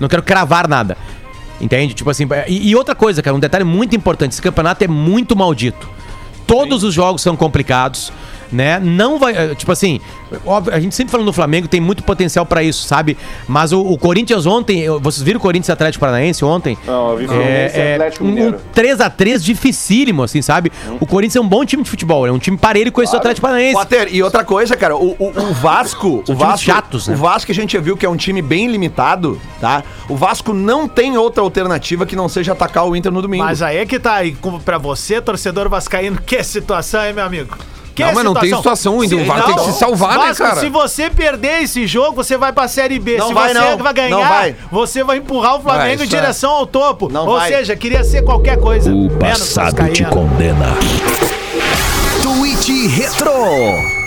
G: Não quero cravar nada. Entende? Tipo assim, e, e outra coisa, cara, um detalhe muito importante: esse campeonato é muito maldito. Todos os jogos são complicados, né? Não vai. eh, Tipo assim, óbvio, a gente sempre falando do Flamengo, tem muito potencial pra isso, sabe? Mas o, o Corinthians ontem, eu- vocês viram o Corinthians e Atlético Paranaense ontem?
C: Ah.
F: Não, eu vi Fluminense e
G: É, é,
F: Atlético
G: um, um
F: Mineiro.
G: 3x3 dificílimo, assim, sabe? O Corinthians é um bom time de futebol, é um time parelho com esse do Atlético Paranaense.
C: Potter, e outra coisa, cara, o, o- o Vasco. o
G: times
C: Vasco,
G: chatos, né?
C: o Vasco a gente já viu que é um time bem limitado, tá? O Vasco não tem outra alternativa que não seja atacar o Inter no domingo.
I: Mas aí é que tá, e como pra você, torcedor vascaíno, que situação, hein, meu amigo? Que
B: Não, mas não tem situação ainda, o
I: Se-
B: Vasco tem que se salvar, né, cara?
I: Se você perder esse jogo, você vai pra Série B.
C: Não
I: se
C: vai,
I: você
C: não.
I: vai ganhar,
C: Não vai.
I: você vai empurrar o
B: Vai,
I: Flamengo
B: isso
I: em direção ao topo.
C: Não
I: Ou
C: vai.
I: seja, queria ser qualquer coisa.
A: O
I: menos
A: passado te
I: vascaíno.
A: condena.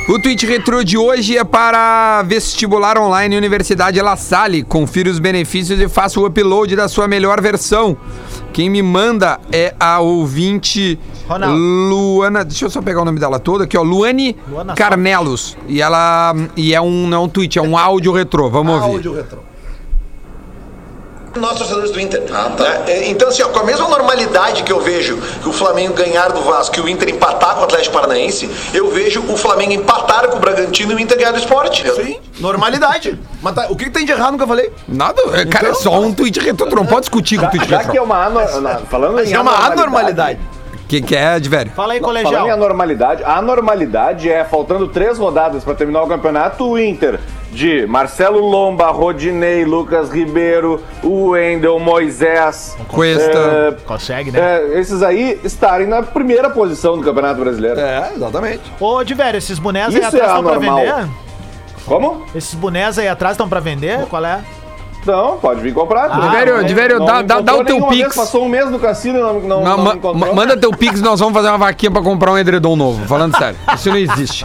B: O tweet retrô de hoje é para vestibular online Universidade La Salle. Confira os benefícios e faça o upload da sua melhor versão. Quem me manda é a ouvinte
I: Ronaldo.
B: Luana. Deixa eu só pegar o nome dela toda aqui, ó. Luane
I: Luana
B: Carnelos. E ela. E é um, não é um tweet, é um áudio retrô. Vamos ouvir.
K: nós torcedores do Inter.
C: Ah, tá.
K: né? É, Então, assim, ó, com a mesma normalidade que eu vejo que o Flamengo ganhar do Vasco e o Inter empatar com o Atlético Paranaense, eu vejo o Flamengo empatar com o Bragantino e o Inter ganhar do esporte.
C: Sim, normalidade. Mas tá- o que, que tem de errado no que eu falei?
B: Nada. é, Cara, é só um tweet retrô. Tu não pode discutir com o tweet
F: Já que
B: retrô.
F: é uma ano- na- falando em
C: É uma anormalidade.
B: O que, que é, de velho?
I: Fala aí,
F: Não, Falando em
I: colegial.
F: anormalidade, a anormalidade é, faltando três rodadas para terminar o campeonato, o Inter de Marcelo Lomba, Rodinei, Lucas Ribeiro, o Wendel, Moisés,
C: Tá.
B: Cuesta.
F: eh,
I: Consegue, né?
F: eh, esses aí estarem na primeira posição do Campeonato Brasileiro.
C: É, exatamente.
I: Ô, de velho, esses bonés aí
F: Isso
I: atrás
F: é
I: estão pra
F: anormal.
I: vender?
F: Como?
I: Esses bonés aí atrás estão pra vender? Qual é?
F: Não, Então, pode vir comprar. tudo bem.
B: Diverio, Diverio,
F: Não
B: dá-
F: me
B: dá- dá o
F: encontrou
B: teu
F: nenhuma
B: Pix.
F: vez, Passou um mês no cassino e não, não,
B: Não,
F: não,
B: ma-
F: me encontrou.
B: ma- manda teu pix, nós vamos fazer uma vaquinha pra comprar um edredom novo. Falando sério, isso não existe.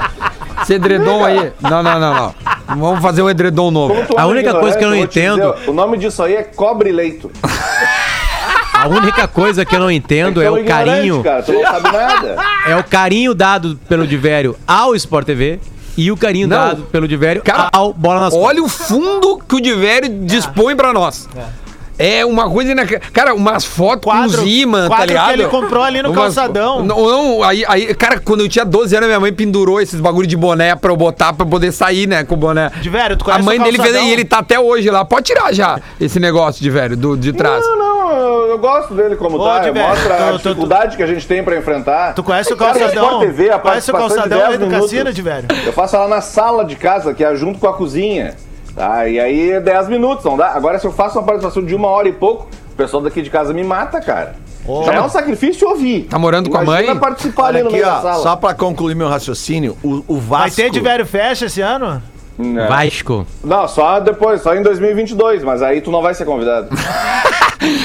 B: Esse edredom aí. Não, não, não, não. Vamos fazer um edredom novo.
F: Como tu
G: A
F: é
G: única coisa que eu não
F: ignorante, eu vou te dizer, o nome disso aí é cobre-leito.
G: A única coisa que eu não entendo é
F: Tu
G: o
F: ignorante,
G: carinho.
C: Ah,
F: Cara, tu não sabe nada.
G: É o carinho dado pelo Divério ao Sport TV e o carinho
B: Não.
G: dado pelo Divério
B: Cara,
G: ao Bola nas Costas.
B: Olha o fundo que o Diverio dispõe pra nós. É uma coisa inacreditável. Cara, umas fotos
I: Quadro-
B: com os imãs, tá
I: quadro que
B: ligado?
I: ele comprou ali no calçadão.
B: Não, não, aí, aí, cara, quando eu tinha 12 anos, minha mãe pendurou esses bagulho de boné pra eu botar pra eu poder sair, né, com o boné.
I: De velho, tu
B: A
I: conhece
B: mãe
I: o
B: dele fez
I: calçadão?
B: e ele tá até hoje lá. Pode tirar já esse negócio de velho, do, de trás.
F: Não, não, eu, eu gosto dele como
I: Ô,
F: tá.
I: Diverio,
F: Mostra
I: tu-
F: a
I: tu- tu-
F: dificuldade que a gente tem pra enfrentar.
I: Tu conhece o
F: Cara,
I: calçadão?
F: Sport TV, a
I: Conhece o
F: participação de
I: calçadão
F: 10
I: ali do
F: minutos.
I: cassino, Diverio?
F: Eu faço ela na sala de casa, que é junto com a cozinha. Tá? E aí é 10 minutos, não dá? Agora, se eu faço uma participação de uma hora e pouco, o pessoal daqui de casa me mata, cara. Já é um sacrifício ouvir.
B: Tá morando com a
F: Imagina
B: mãe?
F: participar ali
C: Olha
F: no
C: aqui,
F: meio da
C: ó,
F: sala.
C: só pra concluir meu raciocínio, o, o Vasco...
I: Vai ter de velho festa esse ano?
F: Não.
G: Vasco.
F: Não, só depois, só em 2022, mas aí tu não vai ser convidado.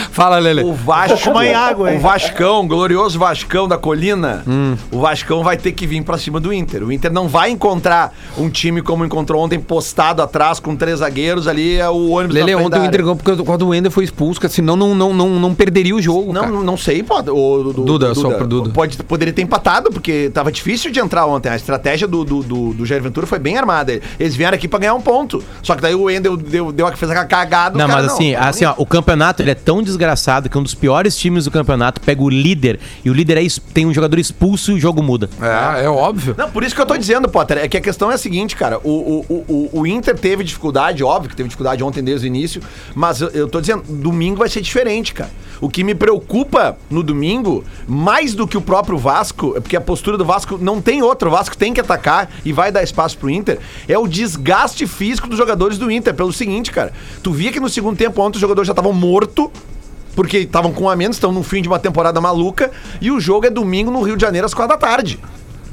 B: Fala, Lele.
C: O Vasco,
B: é?
I: Tomar água, hein?
C: o Vascão, o glorioso Vascão da Colina,
B: Hum.
C: o Vascão vai ter que vir pra cima do Inter. O Inter não vai encontrar um time como encontrou ontem, postado atrás com três zagueiros ali, é o ônibus
B: Lele,
C: na frente
B: ontem
C: da
B: o
C: área.
B: Inter ganhou porque quando o Ender foi expulso, cara, senão não, não, não, não perderia o jogo.
C: Não,
B: cara.
C: não, não sei, pode. O, do-
B: Duda, só pro Duda.
C: Pode, poderia ter empatado, porque tava difícil de entrar ontem. A estratégia do, do, do, do Jair Ventura foi bem armada. Eles vieram aqui pra ganhar um ponto. Só que daí o Wendel deu, deu, a- fez aquela cagada. o
G: Não,
C: cara,
G: mas assim,
C: tá
G: assim ó, o campeonato ele é tão desgraçado que um dos piores times do campeonato pega o líder e o líder é ex- tem um jogador expulso e o jogo muda.
B: É, é óbvio.
C: Não, por isso que eu tô dizendo, Potter, é que a questão é a seguinte, cara. O, o, o, o- o Inter teve dificuldade, óbvio que teve dificuldade ontem desde o início, mas eu, eu tô dizendo, domingo vai ser diferente, cara. O que me preocupa no domingo, mais do que o próprio Vasco, é porque a postura do Vasco não tem outra, o Vasco tem que atacar e vai dar espaço pro Inter, é o desgaste físico dos jogadores do Inter, pelo seguinte, cara. Tu via que no segundo tempo ontem os jogadores já estavam mortos, porque estavam com um a menos, estão no fim de uma temporada maluca, e o jogo é domingo no Rio de Janeiro às quatro da tarde.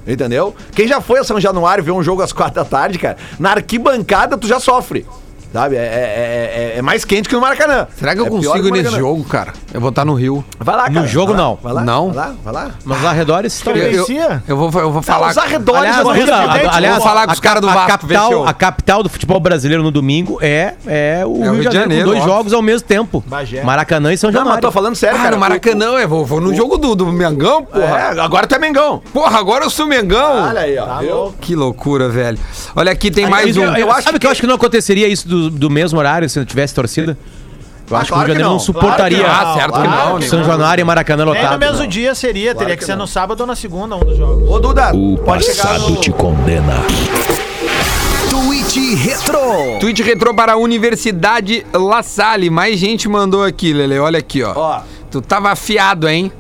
C: Entendeu? Quem já foi a São Januário ver um jogo às quatro da tarde, cara, na arquibancada tu já sofre. Sabe? É, é- é- é mais quente que no Maracanã.
B: Será que eu
C: É pior
B: consigo
C: o
B: ir nesse
C: Maracanã.
B: jogo, cara? Eu vou estar no Rio.
C: Vai lá,
G: No
C: cara.
G: jogo,
C: vai lá,
G: não.
C: Vai lá,
B: Não.
C: Vai lá, vai lá.
G: Nos arredores estão.
B: Eu, eu,
I: Vencia?
B: eu vou, eu vou falar.
C: Os arredores
G: Aliás,
C: da São
G: Duda,
C: Januário.
G: a- aliás,
B: Vou falar com os caras do
G: a,
B: Vasco, vê se eu-
G: capital, a capital do futebol brasileiro no domingo é, é o Rio de Janeiro, com dois
B: óbvio.
G: jogos ao mesmo tempo.
I: Bagé.
G: Maracanã e São
C: Não, mas
G: Januário.
C: tô falando sério,
B: Ah,
C: cara.
B: no Maracanã, eu vou, vou no jogo do, do Mengão,
C: O-
B: porra.
C: É, agora tu é Mengão. Tá
B: Porra, agora eu sou Mengão.
C: Olha aí, ó. viu?
B: Que loucura, velho. Olha aqui, tem mais
G: Mas eu,
B: um.
G: eu acho sabe que... eu acho que não aconteceria isso do, do mesmo horário se não tivesse torcida? Eu
C: Ah,
G: acho que o
C: claro que
G: Rio de Janeiro
C: não.
G: não suportaria
B: Ah, certo que
I: claro
B: não,
I: que
B: né?
G: São Januário e Maracanã
I: Nem no
G: lotado.
I: mesmo dia seria, teria que, ser no sábado ou na segunda, um dos jogos.
C: Ô, Duda, pode chegar
A: Passado
C: no...
A: te condena.
C: Twitch Retro.
B: Tweet retrô para a Universidade La Salle. Mais gente mandou aqui, Lele. Olha aqui, ó.
C: Ó.
B: Tu tava afiado, hein?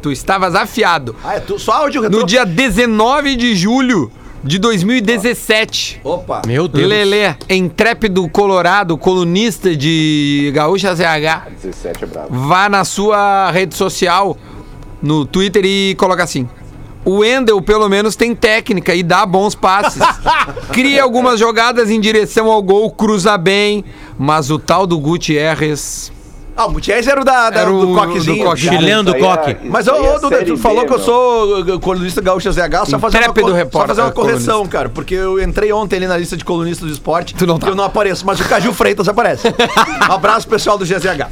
B: Tu estavas afiado.
C: Ah, é tu, só áudio retrô.
B: No dia 19 de julho de 2017.
C: Opa.
G: Meu Deus.
B: Lele, intrépido colorado, colunista de Gaúcha ZH,
F: 17 é brabo.
B: vá na sua rede social, no Twitter e coloca assim. O Endel, pelo menos, tem técnica e dá bons passes. Cria algumas jogadas em direção ao gol, cruza bem, mas o tal do Gutierrez.
C: Ah, o Gutierrez era o da, da-
B: Era
C: do
B: o-
C: coquezinho.
B: do coque.
G: Chileno do
F: Isso aí é-
G: Coque.
F: isso
C: Mas,
F: aí
C: ô,
F: é
C: ô, Duda,
F: Série
C: tu
F: B,
C: falou que eu
F: meu.
C: sou uh, colunista gaúcha ZH, só fazer, uma,
B: Intrépido
C: cor- só
B: repórter,
C: fazer uma
B: é, colunista.
C: correção, cara, porque eu entrei ontem ali na lista de colunistas do esporte
B: Tu não tá.
C: e eu não apareço, mas o Caju Freitas aparece. um abraço, pessoal do GZH.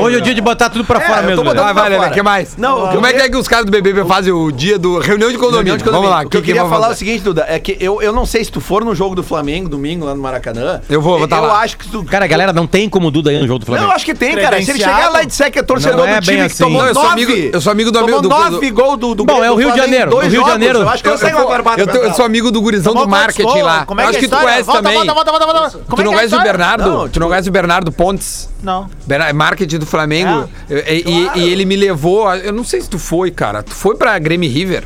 G: Hoje é o dia de botar tudo pra fora
C: eu tô
G: mesmo.
C: botando
B: Vai,
G: velho.
C: pra
B: vai, Lele,
C: tá fora.
B: que mais?
C: Não, o que
B: Como é
C: eu
B: que
C: queria-
B: é que os caras do BBB fazem o dia do reunião de condomínio?
C: Reunião de
B: Vamos
C: condomínio.
B: lá,
C: o que eu queria
B: vai
C: falar é
B: fazer?
C: o seguinte, Duda, é que eu, eu não sei se tu for no jogo do Flamengo domingo lá no Maracanã.
B: Eu vou, vou tá
C: Eu
B: lá.
C: acho que tu.
G: Cara, a galera não tem como o Duda aí no jogo do
C: Não,
G: Flamengo.
C: eu acho que tem, cara. Se ele chegar lá e disser que é torcedor
G: Não é
C: do time
G: bem
C: que
G: assim.
C: tomou
G: Não,
B: eu sou
C: nove,
B: amigo- eu sou amigo do
C: tomou
B: amigo do-
C: nove gol do, do
G: Bom,
C: Grêmio
G: é o Rio de
C: Flamengo em
G: Janeiro,
C: dois
G: o Rio de
C: jogos,
G: Janeiro-
C: Eu acho que eu,
B: Eu,
C: sei uma barbada.
B: eu, tô- eu sou amigo do gurizão do
I: Tomou quantos
B: marketing
I: gols?
B: lá.
I: Como é
B: Eu
I: que
B: acho
I: é
B: que
I: a
B: tu
I: história?
B: conhece
I: Volta,
B: também.
I: volta, volta, volta, volta. Como
B: Tu não
I: é que é a
B: conhece o
I: história?
B: Bernardo?
C: Não,
B: tu não conhece o Bernardo Pontes?
I: Não. É.
B: Berna- é Marketing do Flamengo. é, E- e, e ele me levou. a- eu não sei se tu foi, cara. Tu foi pra Grêmio River?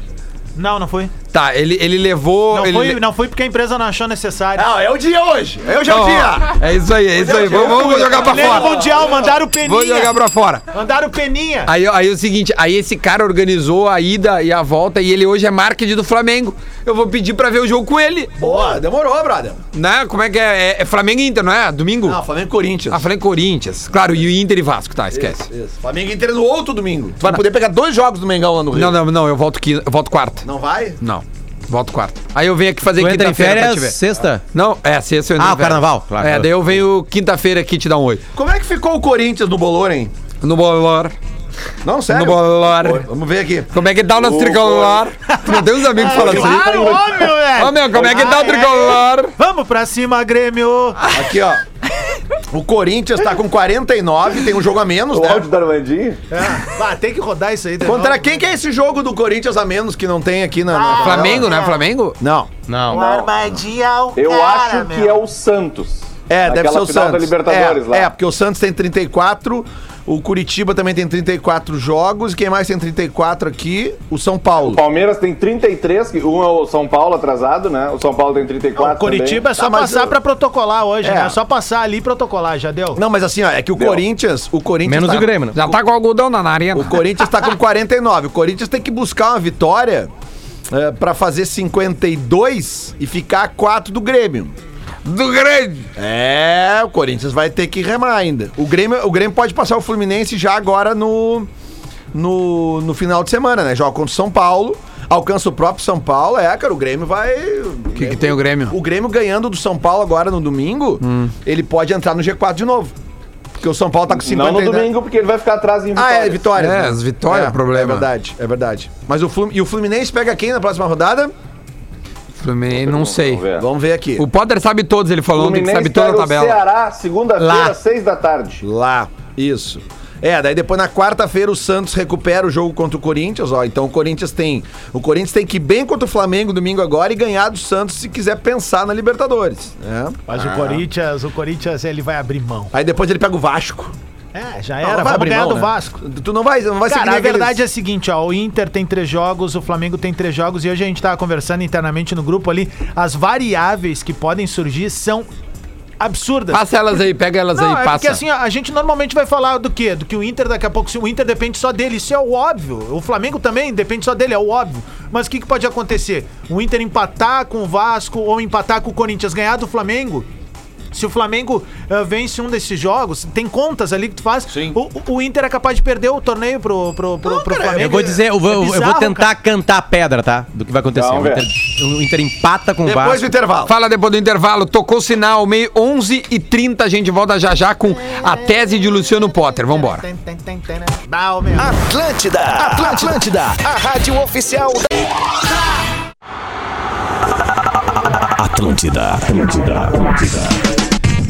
I: Não, não fui.
B: Tá, ele, ele levou.
I: Não,
B: ele
I: fui
B: le-
I: não fui porque a empresa não achou necessário.
C: Não, é o dia hoje. É hoje é o
B: Ó,
C: dia.
B: É isso aí, é isso aí. Vamos, vamos jogar pra
I: Lembra
B: fora.
I: mundial, mandaram peninha.
B: Vamos jogar pra fora.
I: Mandaram peninha.
B: Aí, aí é o seguinte, aí esse cara organizou a ida e a volta e ele hoje é marketing do Flamengo. Eu vou pedir pra ver o jogo com ele.
C: Boa, demorou, brother.
B: Né? Como é que é? É, é Flamengo e Inter, não é? Domingo?
C: Ah, Flamengo e Corinthians.
B: Ah, Flamengo e Corinthians. Claro, e o Inter e Vasco, tá, esquece.
C: Isso. Flamengo e Inter no outro domingo. Tu vai poder pegar dois jogos do Mengão lá no Rio.
B: Não, não, não, eu volto, quinta, eu volto quarta.
C: Não vai?
B: Não. Volto quarta. Aí eu venho aqui fazer
G: Tu entra em
B: quinta-feira pra te ver.
G: férias sexta?
B: Não, é, sexta eu entro
G: Ah,
B: em
G: o
B: férias.
G: carnaval, claro.
B: É, daí eu venho quinta-feira aqui te dar um oi.
C: Como é que ficou o Corinthians no bolor, hein?
B: No bolor.
C: Não, sério.
B: No bolor.
C: Oi, Vamos ver aqui.
B: Como é que dá o nosso
F: Ô,
B: tricolor? Tu não tem uns amigos que falam assim?
I: Claro, óbvio, velho.
B: Ô, meu, como é que dá o tricolor?
I: Vamos pra cima, Grêmio.
C: Aqui, ó. O Corinthians tá com 49, tem um jogo a menos,
F: O
C: né?
F: áudio da Armandinho?
I: É. Ah, tem que rodar isso aí. de
C: Contra
I: novo.
C: quem que é esse jogo do Corinthians a menos que não tem aqui na. na-
B: Flamengo, né? Flamengo?
C: Não.
G: Não.
I: Armadinha ao
F: Eu
I: é cara,
F: acho que
I: meu.
F: é o Santos.
C: É, deve
F: Naquela
C: ser o
F: final
C: Santos.
F: da Libertadores
C: é,
F: lá.
C: é, porque o Santos tem 34, o Curitiba também tem 34 jogos, e quem mais tem 34 aqui? O São Paulo.
F: Palmeiras tem 33, que um é o São Paulo atrasado, né? O São Paulo tem 34
I: O Curitiba
F: também.
I: é só passar pra protocolar hoje,
C: Tá, É.
I: né? É só passar ali e protocolar, já deu?
C: Não, mas assim, ó, é que o Corinthians, o Corinthians
G: Menos
C: tá-
G: o Grêmio, né?
B: Já tá com algodão na
C: O
B: arena.
C: Corinthians tá com 49. O Corinthians tem que buscar uma vitória é, pra fazer 52 e ficar a 4 do Grêmio.
B: Do grande.
C: É, o Corinthians vai ter que remar ainda. O Grêmio, o Grêmio pode passar o Fluminense já agora no, no, no final de semana, né? Joga contra o São Paulo, alcança o próprio São Paulo. É, cara, o Grêmio vai.
B: O que, que tem o Grêmio?
C: O Grêmio ganhando do São Paulo agora no domingo,
B: Hum.
C: ele pode entrar no G4 de novo. Porque o São Paulo tá com 50
F: Não no domingo, porque ele vai ficar atrás em
C: Ah, é, vitória.
F: vitória.
B: É, as vitórias é o problema.
C: É verdade, é verdade. Mas o Fluminense, e o Fluminense pega quem na próxima rodada?
B: Fluminense, não sei.
C: Vamos ver aqui.
B: É. O Potter sabe todos, ele falou ontem que
F: Fluminense
B: sabe toda a
F: pega o
B: tabela.
F: Ceará, segunda-feira,
G: Lá.
F: às seis da tarde.
C: Lá, isso. É, daí depois na quarta-feira o Santos recupera o jogo contra o Corinthians, ó. Então o Corinthians tem, o Corinthians tem que ir bem contra o Flamengo domingo agora e ganhar do Santos se quiser pensar na Libertadores, né?
I: Mas o Corinthians, o Corinthians, ele vai abrir mão.
C: Aí depois ele pega o Vasco.
I: É, já
C: Não,
I: era.
C: vai
I: Vamos
C: abrir
I: ganhar
C: mão,
I: do
C: né?
I: Vasco.
C: Tu não vai, não vai
I: Cara,
C: nem
I: a
C: aqueles-
I: verdade é a seguinte, ó, o Inter tem três jogos, o Flamengo tem três jogos e hoje a gente tava conversando internamente no grupo ali, as variáveis que podem surgir são absurdas.
B: Passa elas aí, pega elas
I: Não,
B: aí,
I: é porque
B: passa.
I: assim, ó, a gente normalmente vai falar do quê? Do que o Inter daqui a pouco, se o Inter depende só dele, isso é o óbvio. O Flamengo também depende só dele, é o óbvio. Mas o que, que pode acontecer? Um O Inter empatar com o Vasco ou empatar com o Corinthians, ganhar do Flamengo? Se o Flamengo eh, vence um desses jogos, tem contas ali que tu faz, o, o Inter é capaz de perder o torneio pro, pro, pro, pro Flamengo.
G: Eu vou dizer, eu vou,
I: É
G: eu vou
I: bizarro,
G: tentar cantar a pedra, tá? Do que vai acontecer.
F: Não,
G: o, Inter, o Inter empata com o
C: Depois
G: Vasco.
C: do intervalo.
B: Fala depois do intervalo, tocou o sinal, meio 11 e 30 a gente volta já já com a tese de Luciano Potter. Vambora.
I: Tem, tem, tem, tem, né? Dá, ô, meu.
L: Atlântida, Atlântida, a rádio oficial da...
A: Atlântida, Atlântida, Atlântida.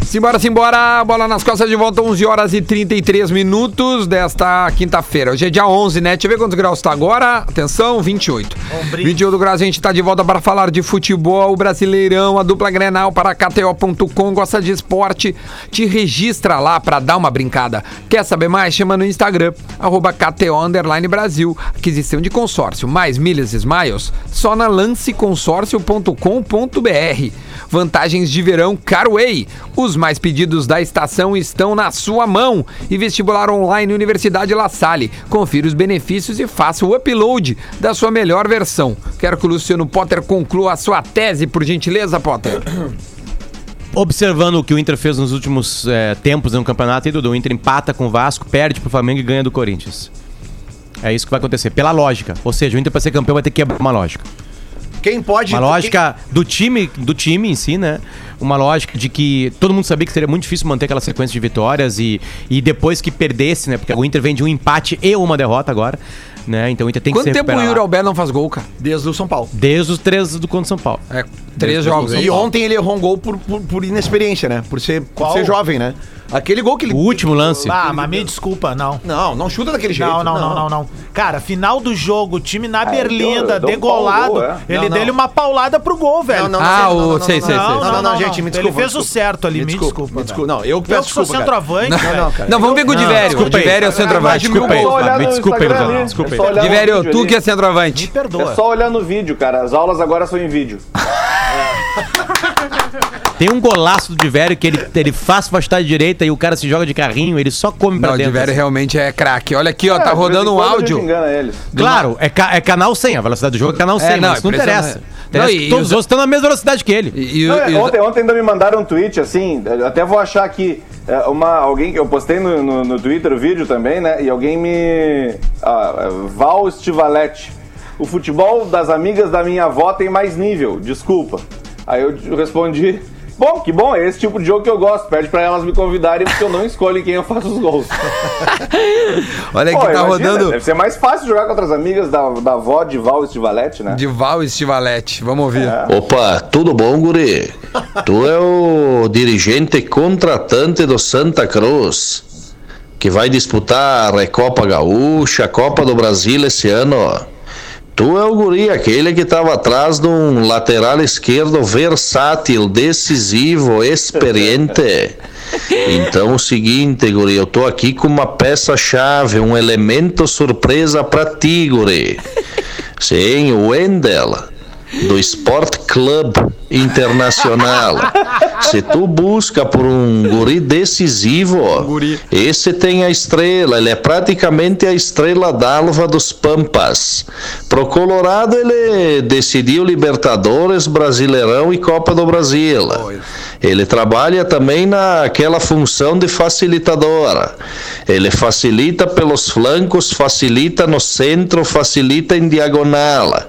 B: Simbora, simbora, bola nas costas de volta, 11 horas e 33 minutos desta quinta-feira. Hoje é dia 11, né? Deixa eu ver quantos graus tá agora. Atenção, 28.
I: Ombrinho.
B: 28 graus, a gente tá de volta para falar de futebol, o Brasileirão, a dupla Grenal para KTO.com. Gosta de esporte? Te registra lá para dar uma brincada. Quer saber mais? Chama no Instagram, arroba KTO Underline Brasil. Aquisição de consórcio, mais milhas e smiles, só na lanceconsórcio.com.br. Vantagens de verão Carway. Os mais pedidos da estação estão na sua mão. E vestibular online Universidade La Salle. Confira os benefícios e faça o upload da sua melhor versão. Quero que o Luciano Potter conclua a sua tese, por gentileza, Potter.
G: Observando o que o Inter fez nos últimos eh, tempos no campeonato, e Dudu, o Inter empata com o Vasco, perde pro Flamengo e ganha do Corinthians. É isso que vai acontecer, pela lógica. Ou seja, o Inter pra ser campeão vai ter que quebrar uma lógica.
C: Quem pode
B: Tipo,
G: Uma lógica do time, do time em si, né? Uma lógica de que todo mundo sabia que seria muito difícil manter aquela sequência de vitórias e, e depois que perdesse, né? Porque o Inter vem de um empate e uma derrota agora, né? Então o Inter tem que
B: Quanto
G: se
B: tempo o
G: recuperar
B: Yuri
G: lá.
B: Alberto não faz gol, cara?
C: desde o São Paulo.
G: Desde os três do contra São Paulo.
B: É, três jogos.
C: E ontem ele errou um gol por, por, por inexperiência, né? Por ser, por ser jovem, né? Aquele gol que ele.
G: O último lance.
I: Ah, mas me desculpa, não.
C: Não, não chuta daquele jeito.
I: Não, não, não, não, não. Cara, final do jogo, o time na berlinda,
F: deu- deu um
I: degolado.
F: pau no gol, é.
I: Ele
C: Não, não.
I: deu uma paulada pro gol, velho.
C: Não, não,
B: Ah,
C: não,
B: o-
C: não, não,
B: sei,
C: não,
B: sei, sei.
C: Não, não, não, gente, me desculpa.
I: Ele fez
C: me
I: o
C: desculpa.
I: certo ali,
C: Me
I: me
C: desculpa.
I: desculpa.
C: Me desculpa. Não, eu que
I: Eu
C: peço
I: que sou
C: desculpa. cara.
I: centroavante,
C: Não, não,
I: velho.
C: cara.
B: Não, vamos ver com o Divério. O
G: desculpa aí.
B: Divério é o
F: Mais
B: centroavante.
F: de mil
G: desculpa aí,
F: gols.
G: Luzão,
F: Olhar no
G: desculpa aí,
F: Instagram
G: Luzão,
F: ali.
G: desculpa
F: É
G: aí.
F: só olhar no
B: Divério,
F: vídeo
B: tu
F: ali.
B: que é centroavante.
I: Me perdoa.
F: É só olhar no vídeo, cara. As aulas agora são em vídeo.
G: Tem um golaço do Diverio que ele, ele faz pra chutar de direita e o cara se joga de carrinho, ele só come pra
B: Não, o
G: dentro.
B: Divério
G: assim.
B: realmente é craque. Olha aqui, ó,
F: É,
B: tá
F: de vez
B: rodando
F: em
B: um
F: quando a gente
B: áudio.
F: Engana eles.
G: Claro, é, ca- é canal 100, a velocidade do jogo é canal 100,
B: não,
G: mas isso não
B: impressionante.
G: interessa. interessa
B: Não,
G: que
B: e
G: todos
B: os-
G: os outros estão na mesma velocidade que ele.
B: E, e-
F: Não, é,
B: e-
F: ontem, ontem ainda me mandaram um tweet, assim, eu até vou achar aqui, é, uma, alguém que eu postei no, no, no Twitter o vídeo também, né? E alguém me. Ah, é, Val Stivalete. o futebol das amigas da minha avó tem mais nível, desculpa. Aí eu respondi, bom, que bom, é esse tipo de jogo que eu gosto, pede pra elas me convidarem porque eu não escolho quem eu faço os gols.
B: Olha que
F: Pô,
B: tá
F: imagina,
B: rodando.
F: Deve ser mais fácil jogar contra as amigas da, da avó de Val Estivalete, né?
B: De Val Estivalete, vamos ouvir.
I: Opa, tudo bom, guri? Tu é o dirigente contratante do Santa Cruz, que vai disputar a Recopa Gaúcha, a Copa do Brasil esse ano. Tu é o guri, aquele que estava atrás de um lateral esquerdo versátil, decisivo, experiente. Então o seguinte, guri, eu tô aqui com uma peça-chave, um elemento surpresa pra ti, guri. Sim, o Wendel do Sport Club Internacional. Se tu busca por um guri decisivo, esse tem a estrela, ele é praticamente a estrela d'alva dos Pampas. Pro Colorado ele decidiu Libertadores, Brasileirão e Copa do Brasil. Ele trabalha também naquela função de facilitadora. Ele facilita pelos flancos, facilita no centro, facilita em diagonal.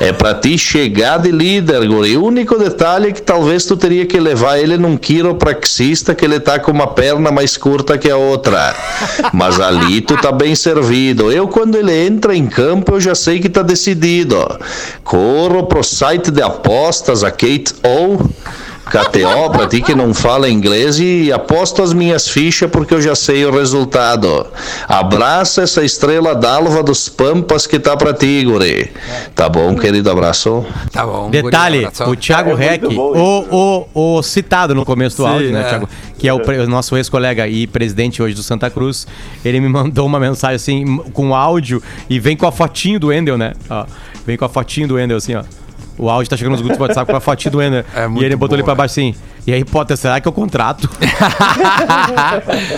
I: É pra ti chegar de líder, guri. O único detalhe é que talvez tu teria que levar ele num quiropraxista que ele tá com uma perna mais curta que a outra. Mas ali tu tá bem servido. Eu quando ele entra em campo eu já sei que tá decidido. Corro pro site de apostas, a Kate O. KTO pra ti que não fala inglês e aposto as minhas fichas porque eu já sei o resultado. Abraça essa estrela d'alva dos Pampas que tá pra ti, guri. Tá bom, querido? Abraço.
B: Tá bom.
G: Detalhe, o Thiago
C: É
G: Reck,
C: né?
G: o, o, o citado no começo do
I: Sim,
G: áudio, né,
I: é.
G: Thiago? Que é o, pre- o nosso ex-colega e presidente hoje do Santa Cruz, ele me mandou uma mensagem assim, m- com áudio, e vem com a fotinho do Endel, né? Ó, vem com a fotinho do Endel, assim, ó. O áudio tá chegando nos grupos do WhatsApp com a fotinho do
C: É
G: Endel. e ele botou ali pra baixo assim, e aí, Potter, será que eu contrato?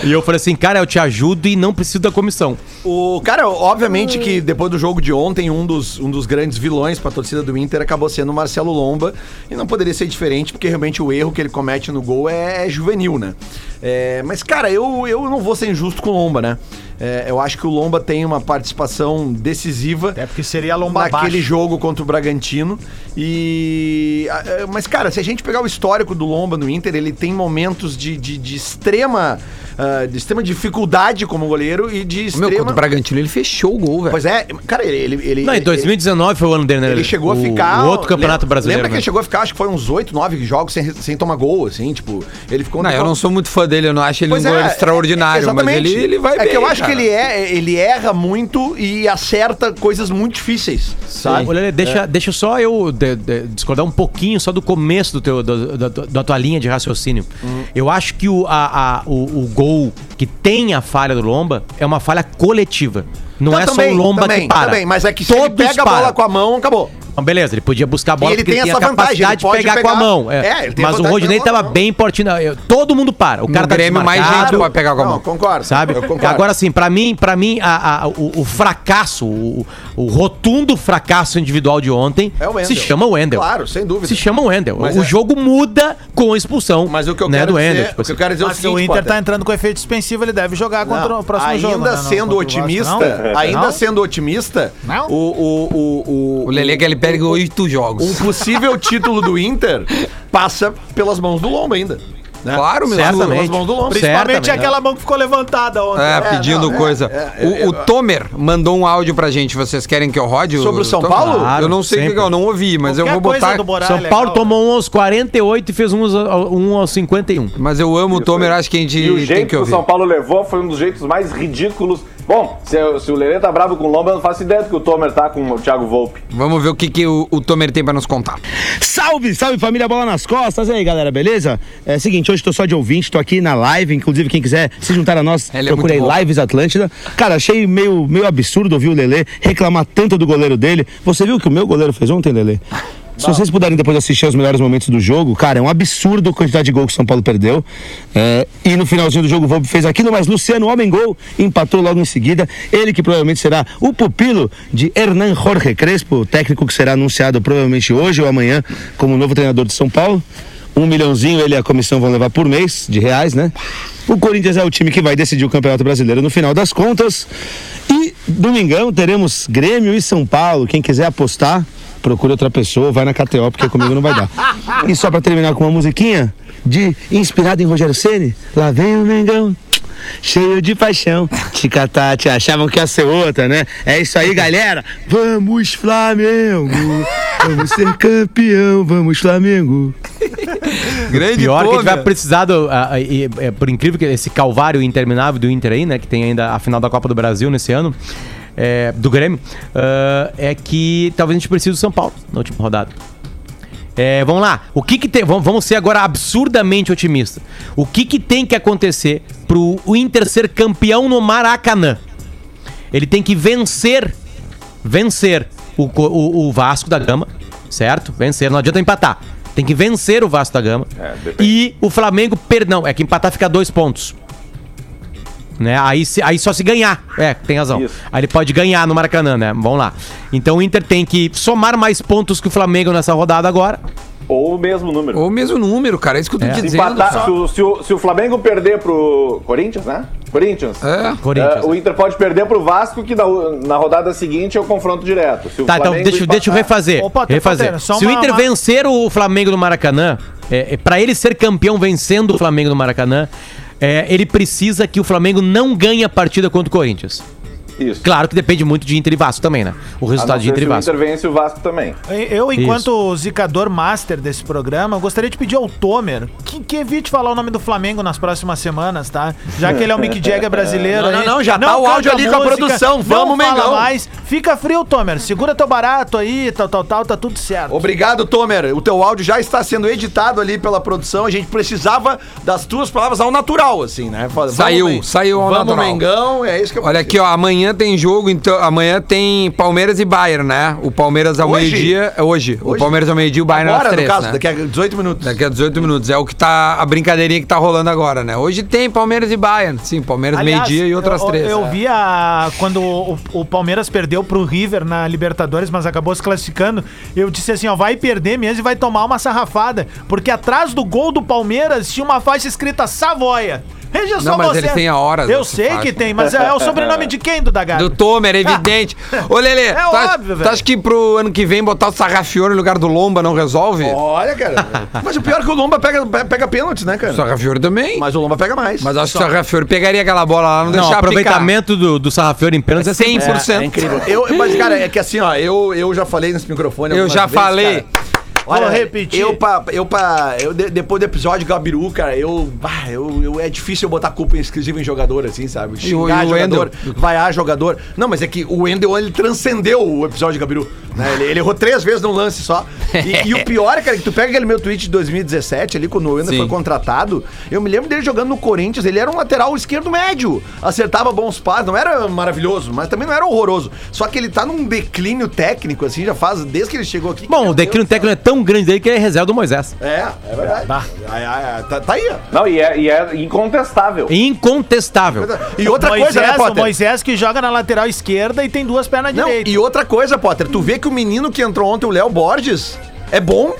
G: e eu falei assim, cara, eu te ajudo e não preciso da comissão.
C: O cara, obviamente que depois do jogo de ontem, um dos, um dos grandes vilões pra torcida do Inter acabou sendo o Marcelo Lomba. E não poderia ser diferente, porque realmente o erro que ele comete no gol é, juvenil, né? É, mas, cara, eu, eu não vou ser injusto com o Lomba, né? É, eu acho que o Lomba tem uma participação decisiva. É porque seria Lomba naquele
A: abaixo.
C: jogo contra o Bragantino. E. ah, eh, Mas, cara, se a gente pegar o histórico do Lomba no Inter, ele tem momentos de, de, de extrema. ah, de extrema dificuldade como goleiro e de extrema.
B: Meu, contra o Bragantino ele fechou o gol, velho.
C: Pois é, cara, ele. ele, ele
G: Não, em
C: ele-
G: 2019 foi o ano dele, né?
C: ele chegou a
G: O-
C: ficar.
G: O outro campeonato
C: lembra,
G: brasileiro.
C: Lembra que
G: né?
C: ele chegou a ficar, acho que foi uns 8, 9 jogos sem, sem tomar gol, assim, tipo. Ele ficou
B: Não, eu não sou muito fã dele, eu não acho ele um goleiro extraordinário, mas
C: é, exatamente.
B: ele, ele vai
C: É
B: bem.
C: que eu acho
B: cara.
C: que ele, é, ele erra muito e acerta coisas muito difíceis, sabe?
G: Olha, deixa,
C: É.
G: deixa só eu de- de- discordar um pouquinho só do começo do teu, do- do- do- da tua linha de raciocínio.
C: Uhum.
G: Eu acho que o, a- a- o, o gol que tem a falha do Lomba é uma falha coletiva. Não
C: Tá,
G: é
C: também,
G: só o Lomba
C: também,
G: que para.
C: também, mas é que se ele
G: Todos
C: pega a bola
G: param.
C: com a mão, acabou.
G: Então, beleza, ele podia buscar a bola
C: E ele
G: porque
C: tem
G: ele tem
C: essa
G: a
C: vantagem,
G: capacidade
C: ele
G: de pegar,
C: pode
G: com a
C: pegar-
G: mão. é.
C: É, ele tem a
G: Mas o
C: vantagem
G: Rodinei
C: de pegar
G: tava bem portinado. Todo mundo para. O cara
B: No
G: tá
B: Grêmio, mais
G: desmarcado.
B: gente pode pegar com a mão.
C: Concordo.
G: Sabe?
B: Eu concordo.
G: Agora sim, pra mim, para mim a- a- o, o fracasso, o, o rotundo fracasso individual de ontem
C: É o Wendel.
G: se chama Wendel.
C: Claro, sem dúvida.
G: Se chama Wendel.
C: Mas
G: o
C: é-
G: jogo muda com a expulsão. Mas o
C: que eu
G: né,
C: quero
G: do
C: dizer-
G: Wendel,
C: o
G: tipo
C: que eu
G: assim.
C: quero dizer é o
A: Mas se o
C: seguinte,
A: Inter
C: Potter.
A: tá entrando com efeito suspensivo, ele deve jogar contra
C: Não,
A: o próximo
C: ainda
A: jogo. né? Não, contra
C: sendo
A: o Vasco,
C: otimista,
A: não?
C: ainda
A: Não?
C: sendo otimista,
A: Não?
C: o o o o,
B: O Lele que ele pega oito jogos.
C: um possível título do Inter passa pelas mãos do Lomba ainda. né?
B: Claro, meu,
C: Pelas
B: certamente.
C: mãos do Lomba.
A: Principalmente
G: né?
B: Certamente.
A: aquela mão que ficou levantada ontem.
B: É, pedindo
A: não, é.
B: coisa.
A: é,
B: o,
A: é,
B: o Tomer mandou um áudio pra gente. Vocês querem que eu rode?
C: Sobre o São
B: Tomer?
C: Paulo?
B: eu não sei o que que
G: Sempre.
B: eu não ouvi, mas eu
A: Qualquer
B: vou
A: coisa
B: botar.
A: do Borá
G: São
A: é
G: Paulo
A: legal.
G: tomou um aos 48 e fez um aos, um aos 51.
B: Mas eu amo o Tomer, acho que a gente
F: E o
B: tem
F: jeito
B: que
F: que o
B: ouvir.
F: São Paulo levou foi um dos jeitos mais ridículos. Bom, se, se o Lelê tá bravo com o Lomba, eu não faço ideia do que o Tomer tá com o Thiago Volpe.
B: Vamos ver o que, que o, o Tomer tem pra nos contar.
H: Salve, salve família Bola nas Costas. E aí, galera, beleza? É seguinte, hoje tô só de ouvinte, tô aqui na live, inclusive quem quiser se juntar a nós,
B: Ele é
H: procurei
B: muito bom.
H: Lives Atlântida. Cara, achei meio, meio absurdo ouvir o Lelê reclamar tanto do goleiro dele. Você viu o que o meu goleiro fez ontem, Lelê? Se vocês puderem depois assistir os melhores momentos do jogo, cara, é um absurdo a quantidade de gol que o São Paulo perdeu. É, e no finalzinho do jogo o Volpe fez aquilo, mas Luciano, homem gol, empatou logo em seguida. Ele que provavelmente será o pupilo de Hernan Jorge Crespo, o técnico que será anunciado provavelmente hoje ou amanhã como novo treinador de São Paulo. Um milhãozinho ele e a comissão vão levar por mês de reais, né? O Corinthians é o time que vai decidir o Campeonato Brasileiro no final das contas.
M: E domingão teremos Grêmio e São Paulo. Quem quiser apostar, procure outra pessoa, vai na KTO, porque comigo não vai dar. E só pra terminar com uma musiquinha de inspirado em Rogério Ceni, lá vem o Mengão. Cheio de paixão, Ticatati, achavam que ia ser outra, né? É isso aí, galera. Vamos, Flamengo! Vamos ser campeão, vamos, Flamengo!
G: Grande Pior que a
C: né?
G: gente vai precisar, do, ah, ah, e, é, por incrível que esse calvário interminável do Inter aí, né? Que tem ainda a final da Copa do Brasil nesse ano. é, do Grêmio, ah, é que talvez a gente precise do São Paulo na última rodada. É, vamos lá. O que que tem? Vamos, vamos ser agora absurdamente otimistas. O que que tem que acontecer pro o Inter ser campeão no Maracanã? Ele tem que vencer, vencer o, co- o- o Vasco da Gama, certo? Vencer. Não adianta empatar. Tem que vencer o Vasco da Gama.
F: É,
G: e o Flamengo, perdão, é que empatar fica dois pontos. Né? Aí, se- aí só se ganhar. É, tem razão. Aí ele pode ganhar no Maracanã, né? Vamos lá. Então o Inter tem que somar mais pontos que o Flamengo nessa rodada agora.
F: Ou o mesmo número.
B: Ou o mesmo número, cara. É isso que eu tô
F: Se
B: dizendo.
F: empatar-
B: só.
F: se, o, se o- se o Flamengo perder pro Corinthians, né? Corinthians.
B: Ah,
F: É,
G: Corinthians,
F: o Inter pode perder pro Vasco, que na, na rodada seguinte é o confronto direto. Se o
G: Tá, então
F: Flamengo
G: deixa, deixa eu
F: empatar-
G: refazer. refazer.
I: só
G: se o
I: uma-
G: Inter
I: uma-
G: vencer o Flamengo no Maracanã, é, é, para ele ser campeão vencendo o Flamengo no Maracanã, é, ele precisa que o Flamengo não ganhe a partida contra o Corinthians.
F: Isso.
G: Claro que depende muito de Inter e Vasco também, né? O
F: A
G: resultado
F: não
G: de
F: ser
G: Inter e
F: se o
G: Vasco.
F: Inter vence o Vasco também.
I: Eu, enquanto zicador master desse programa, eu gostaria de pedir ao Tomer que, que evite falar o nome do Flamengo nas próximas semanas, tá? Já que ele é o Mick Jagger brasileiro.
C: Não, não,
I: aí.
C: não, já tá o
I: canta
C: áudio ali com a produção.
I: não
C: Vamos,
I: fala
C: Mengão.
I: mais. Fica frio, Tomer. Segura teu barato aí, tal, tal, tal, tá tudo certo.
C: Obrigado, Tomer. O teu áudio já está sendo editado ali pela produção. A gente precisava das tuas palavras ao natural, assim, né? Fala, vamos,
B: Saiu,
C: Men-
B: saiu ao
C: vamos,
B: natural.
C: Mengão, é isso que eu
B: Olha aqui, ó, amanhã tem jogo, então amanhã tem Palmeiras e Bayern, né? O Palmeiras ao
C: Hoje?
B: meio-dia, é hoje. O
C: Hoje?
B: Palmeiras ao meio-dia e o Bayern
C: Agora,
B: às
C: no
B: três,
C: caso,
B: né?
C: daqui a 18 minutos.
B: Daqui a 18 minutos, é o que tá a brincadeirinha que tá rolando agora, né? Hoje tem Palmeiras e Bayern. Sim, Palmeiras
I: Aliás,
B: meio-dia e outras
I: eu,
B: três.
I: Eu
B: é.
I: vi a, quando o, o Palmeiras perdeu pro River na Libertadores, mas acabou se classificando. Eu disse assim: ó, vai perder mesmo e vai tomar uma sarrafada. Porque atrás do gol do Palmeiras tinha uma faixa escrita Savoia. Veja só
B: Não, mas
I: você.
B: eles têm a hora
I: Eu
B: dessa
I: sei
B: faixa.
I: que tem, mas é, o sobrenome de quem, Duda Gabi?
B: Do Tomer, é evidente. Ô, Lelê,
I: É
B: tu, acha-
I: óbvio,
B: tu
I: velho.
B: acha que pro ano que vem botar o Sarrafiore no lugar do Lomba não resolve?
C: Olha, cara. Mas o pior é que o Lomba pega, pe- pega pênalti, né, cara?
B: O Sarrafiore também.
C: Mas o Lomba pega mais.
B: Mas acho que o
C: Só-
B: Sarrafiore pegaria aquela bola lá, não,
G: Não,
B: deixava
G: aproveitamento do, do Sarrafiori em pênaltis é 100%.
C: É, é incrível. Eu, mas, cara, é que assim, ó, eu, eu já falei nesse microfone.
B: Eu
C: algumas
B: já
C: vezes,
B: falei.
C: cara. Olha,
I: Vou repetir.
C: Eu, pa, eu, pa, eu de- depois do episódio Gabiru, cara, eu, bah, eu, eu- É difícil eu botar culpa exclusiva em jogador, assim, sabe?
B: E o-
C: Xingar
B: e o
C: jogador,
B: Wendel?
C: vaiar jogador. Não, mas é que o Wendel, ele transcendeu o episódio de Gabiru. né? Ele, ele errou três vezes num lance só. E, e o pior, cara, é que tu pega aquele meu tweet de 2017, ali, quando o Wendel
B: Sim.
C: foi contratado, eu me lembro dele jogando no Corinthians, ele era um lateral esquerdo médio. Acertava bons passes, não era maravilhoso, mas também não era horroroso. Só que ele tá num declínio técnico, assim, já faz desde que ele chegou aqui.
G: Bom, o declínio técnico é tão grande dele que ele é reserva do Moisés.
C: É, é verdade. Ai, ai, ai, tá, tá aí, ó.
F: Não, e é, e é incontestável.
G: Incontestável.
C: E outra
I: Moisés,
C: coisa, né,
I: O
C: Potter?
I: Moisés que joga na lateral esquerda e tem duas pernas
C: Não,
I: direitas.
C: e outra coisa, Potter, tu vê que o menino que entrou ontem, o Léo Borges, é bom.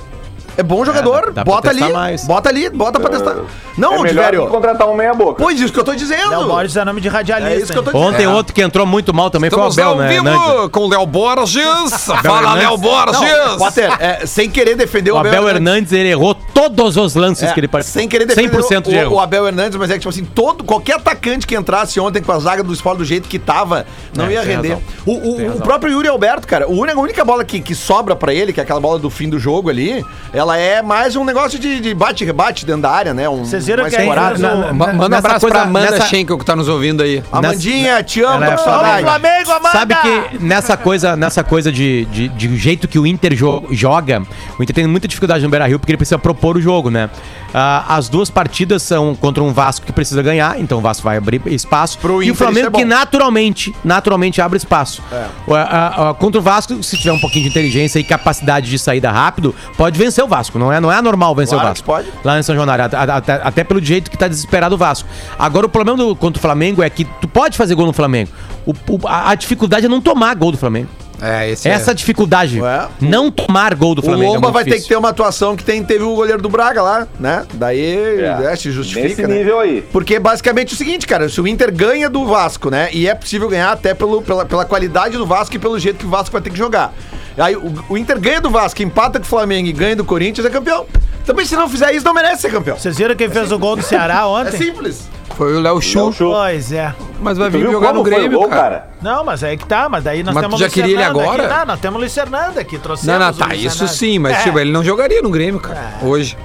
C: É bom jogador.
G: dá- dá pra
C: bota, ali,
G: testar mais.
C: bota ali, bota pra testar. Não,
F: é
C: o
F: melhor
C: Diverio.
F: que contratar um meia-boca.
C: Pois isso que eu tô dizendo.
I: Léo Borges é nome de radialista.
C: É isso que eu tô
I: hein?
C: dizendo.
G: Ontem outro que entrou muito mal também
B: Estamos
G: foi o
B: ao
G: Abel, né?
B: vivo
G: Hernandes?
B: com o Léo Borges. Fala,
G: Hernandes.
B: Léo Borges.
C: Não, Potter, é, sem querer defender
G: O Abel Hernandes, ele errou todos os lances
C: É,
G: que ele participou.
C: Sem querer defender
G: 100% de
C: o, o
G: erro.
C: Abel Hernandes, mas é que, tipo assim, todo, qualquer atacante que entrasse ontem com a zaga do Sport do jeito que tava, não
G: É,
C: ia
G: tem
C: render.
G: razão.
C: O, o-
G: Tem
C: o
G: razão.
C: próprio Yuri Alberto, cara, o único- a única bola que, que sobra pra ele, que é aquela bola do fim do jogo ali, ela é mais um negócio de, de bate-rebate dentro da área, né? Um,
I: Vocês viram
C: mais
I: que é né? aí
C: temporada.
I: fez o-
B: Ma- Manda um
G: Né, nessa
B: abraço
G: coisa-
B: pra Amanda
G: nessa-
B: Schenkel que tá nos ouvindo aí.
C: Amandinha, te amo,
G: Ela
C: tô
G: é
C: com
G: foda.
I: Olha o
C: saudade.
I: Flamengo, Amanda!
G: Sabe que nessa coisa, nessa coisa de, de, de jeito que o Inter jo- joga, o Inter tem muita dificuldade no Beira Rio porque ele precisa propor o jogo, né? Ah, as duas partidas são contra um Vasco que precisa ganhar, então o Vasco vai abrir espaço.
C: Pro
G: e
C: Inter,
G: o Flamengo
C: isso é bom.
G: que naturalmente, naturalmente abre espaço.
C: É.
G: Ah, ah, ah, contra o Vasco, se tiver um pouquinho de inteligência e capacidade de saída rápido, pode vencer o Vasco. Não é, não é anormal vencer
C: Claro
G: o
C: que
G: Vasco.
C: pode.
G: Lá em São Januário, at- at- até, até pelo jeito que tá desesperado o Vasco. Agora, o problema do, contra o Flamengo é que tu pode fazer gol no Flamengo. O- o- a, a dificuldade é não tomar gol do Flamengo.
B: É, esse
G: Essa
B: é.
G: dificuldade. Não tomar gol do Flamengo.
C: O
G: é
C: Lomba
G: muito
C: vai ter que
G: difícil.
C: ter uma atuação que tem, teve o goleiro do Braga lá, né? Daí
F: É.
C: é, se justifica.
F: Nesse
C: né?
F: nível aí.
C: Porque basicamente é o seguinte, cara, se o Inter ganha do Vasco, né? E é possível ganhar até pelo, pela, pela qualidade do Vasco e pelo jeito que o Vasco vai ter que jogar. Aí o, o Inter ganha do Vasco, empata com o Flamengo e ganha do Corinthians, é campeão. Também se não fizer isso, não merece ser campeão.
I: Vocês viram quem fez o gol do Ceará ontem?
C: É simples.
B: Foi o Léo Chu.
I: Pois é.
B: Mas vai
F: Tu
B: vir
F: viu
B: Então, jogar no
F: como foi o
B: Grêmio,
F: gol,
B: cara.
F: cara?
I: Não, mas aí que tá, mas daí nós
B: Mas
I: temos
B: tu já
I: Luiz
B: queria ele
I: Fernando
B: agora?
I: Aqui,
G: tá?
I: Não, nós temos o Luiz Fernando aqui, trouxemos
B: Não, não,
I: o
B: tá,
I: Luiz
B: isso
I: Fernando.
B: sim, mas
I: É.
B: tipo, ele não jogaria no Grêmio, cara, hoje.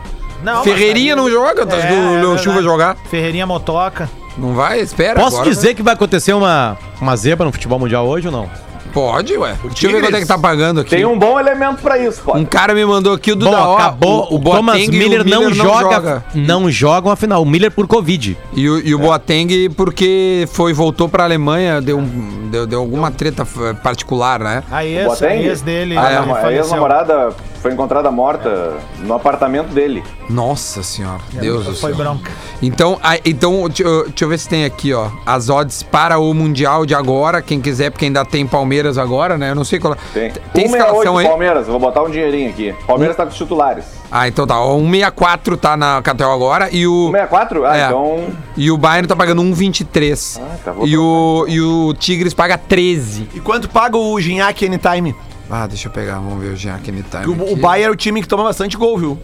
I: Não, mas
B: Ferreirinha
I: daí-
B: não joga, tá? o Leão
I: verdade.
B: Chu vai jogar.
I: Ferreirinha motoca.
B: Não vai? Espera.
G: Posso
B: agora,
G: dizer que vai acontecer uma, uma zebra no futebol mundial hoje ou não?
B: né? Pode, ué. Deixa eu ver quanto é que tá pagando aqui.
F: Tem um bom elemento pra isso, pô.
B: Um cara me mandou aqui o do
G: Bom,
B: Daó,
G: acabou. O,
B: Boateng
G: Thomas
B: e o
G: Miller, não, joga, Não jogam a final. O Miller por Covid.
B: E o, e o Boateng, porque foi, voltou pra Alemanha, deu, um- deu, deu alguma treta f- particular, né?
I: A
F: O
I: ex, a
F: Boateng?
I: ex dele. né,
F: A
I: ele
F: namo- a
I: faleceu.
F: ex-namorada foi encontrada morta no apartamento dele.
B: Nossa senhora, Deus do
I: Foi
B: céu.
I: bronca.
B: Então, a- então deixa eu- deixa eu ver se tem aqui, ó. As odds para o Mundial de agora. Quem quiser, porque ainda tem Palmeiras agora, né? Eu não sei qual.
F: Tem, Um
B: tem escalação aí?
F: Palmeiras, vou botar um dinheirinho aqui. Palmeiras tá com os titulares.
B: Ah, então tá. ó, 1,64 tá na KTO agora. E o.
F: 64? Ah,
B: É.
F: então.
B: E o Bayern tá pagando 1,23.
F: tá bom.
B: e, o, e o Tigres paga 13.
C: E quanto paga o Ginhaque Anytime?
B: Ah, deixa eu pegar, vamos ver o Jean aqui.
C: O, o Bayern é o time que toma bastante gol, viu?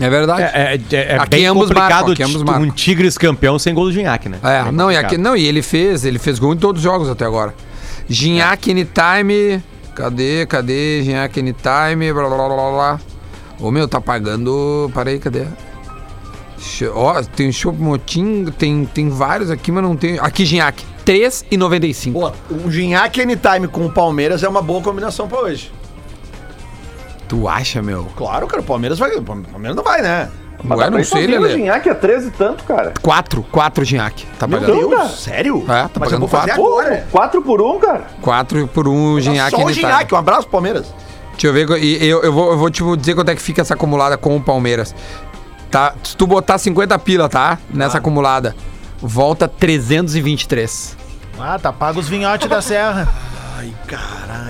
B: É verdade.
G: É, é, é, é
B: Aqui
G: bem
B: ambos
G: complicado
B: marcam, aqui
G: ti-
B: ambos marcam.
G: um Tigres campeão sem gol do Gignac, né?
B: É,
G: Bem
B: não, e
G: complicado.
B: aqui, não, e ele fez, ele fez gol em todos os jogos até agora. Ginhaque Anytime. Cadê? Cadê? Ginhaque Anytime, blá blá blá blá blá. Ô meu, tá pagando. Peraí, cadê? Deixa- Ó, tem Chopomotim, tem, tem vários aqui, mas não tem. Aqui, Ginhaque, 3,95.
C: Pô, o Ginhaque Anytime com o Palmeiras é uma boa combinação pra hoje.
B: Tu acha, meu?
C: Claro, cara, o Palmeiras vai. O Palmeiras não vai, né?
B: Ué,
F: tá
B: não sei,
F: O
B: Lelê.
F: Ginhaque é 13 e tanto, cara.
B: 4, 4 Ginhaque. Tá pagando.
F: Deus, cara.
C: sério?
B: É, tá
C: Mas eu
B: pagando
C: vou fazer
B: 4.
C: agora.
F: 4 por 1, cara.
B: 4 por 1 um, Ginhaque
C: Só o
B: Anytime.
C: Ginhaque, um abraço, Palmeiras.
B: Deixa eu ver. co- e Eu, eu vou, eu vou te dizer quanto é que fica essa acumulada com o Palmeiras. Tá, se tu botar 50 pila, tá? Nessa acumulada. Volta 323.
I: Ah, tá pago os vinhotes da serra.
C: Tá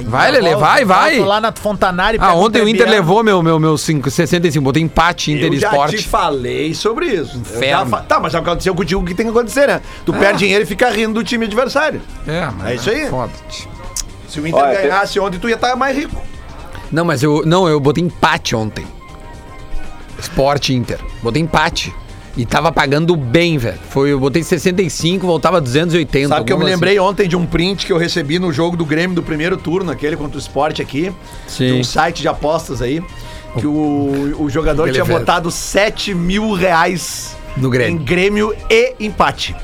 B: Vai, Lele, vai, vai.
I: Volto Lá na Fontanari.
B: Ah,
I: pego um
B: ontem o Inter
I: Trebiano.
B: levou meu, meu, meu cinco- 65. Botei empate Inter
C: eu já te
B: Esporte.
C: falei sobre isso. Eu
B: Inferno. Ah.
C: já fa- Tá, mas aconteceu contigo o que tem que acontecer, né? Tu perde dinheiro e fica rindo do time adversário.
B: É, mas
C: É isso aí.
B: Foda.
C: Se o Inter
F: Olha, tem-
C: ganhasse ontem, tu ia estar mais rico.
B: Não, mas eu. Não, eu botei empate ontem. Esporte Inter. Botei empate. E tava pagando bem, velho. Foi, eu botei 65, voltava 280.
C: Sabe que eu me
B: alguma
C: lembrei ontem de um print que eu recebi no jogo do Grêmio do primeiro turno, aquele contra o esporte aqui.
B: Sim.
C: De um site de apostas aí. Que o, o jogador
B: Aquele
C: tinha
B: velho.
C: botado 7 mil reais
B: No Grêmio.
C: em Grêmio e empate.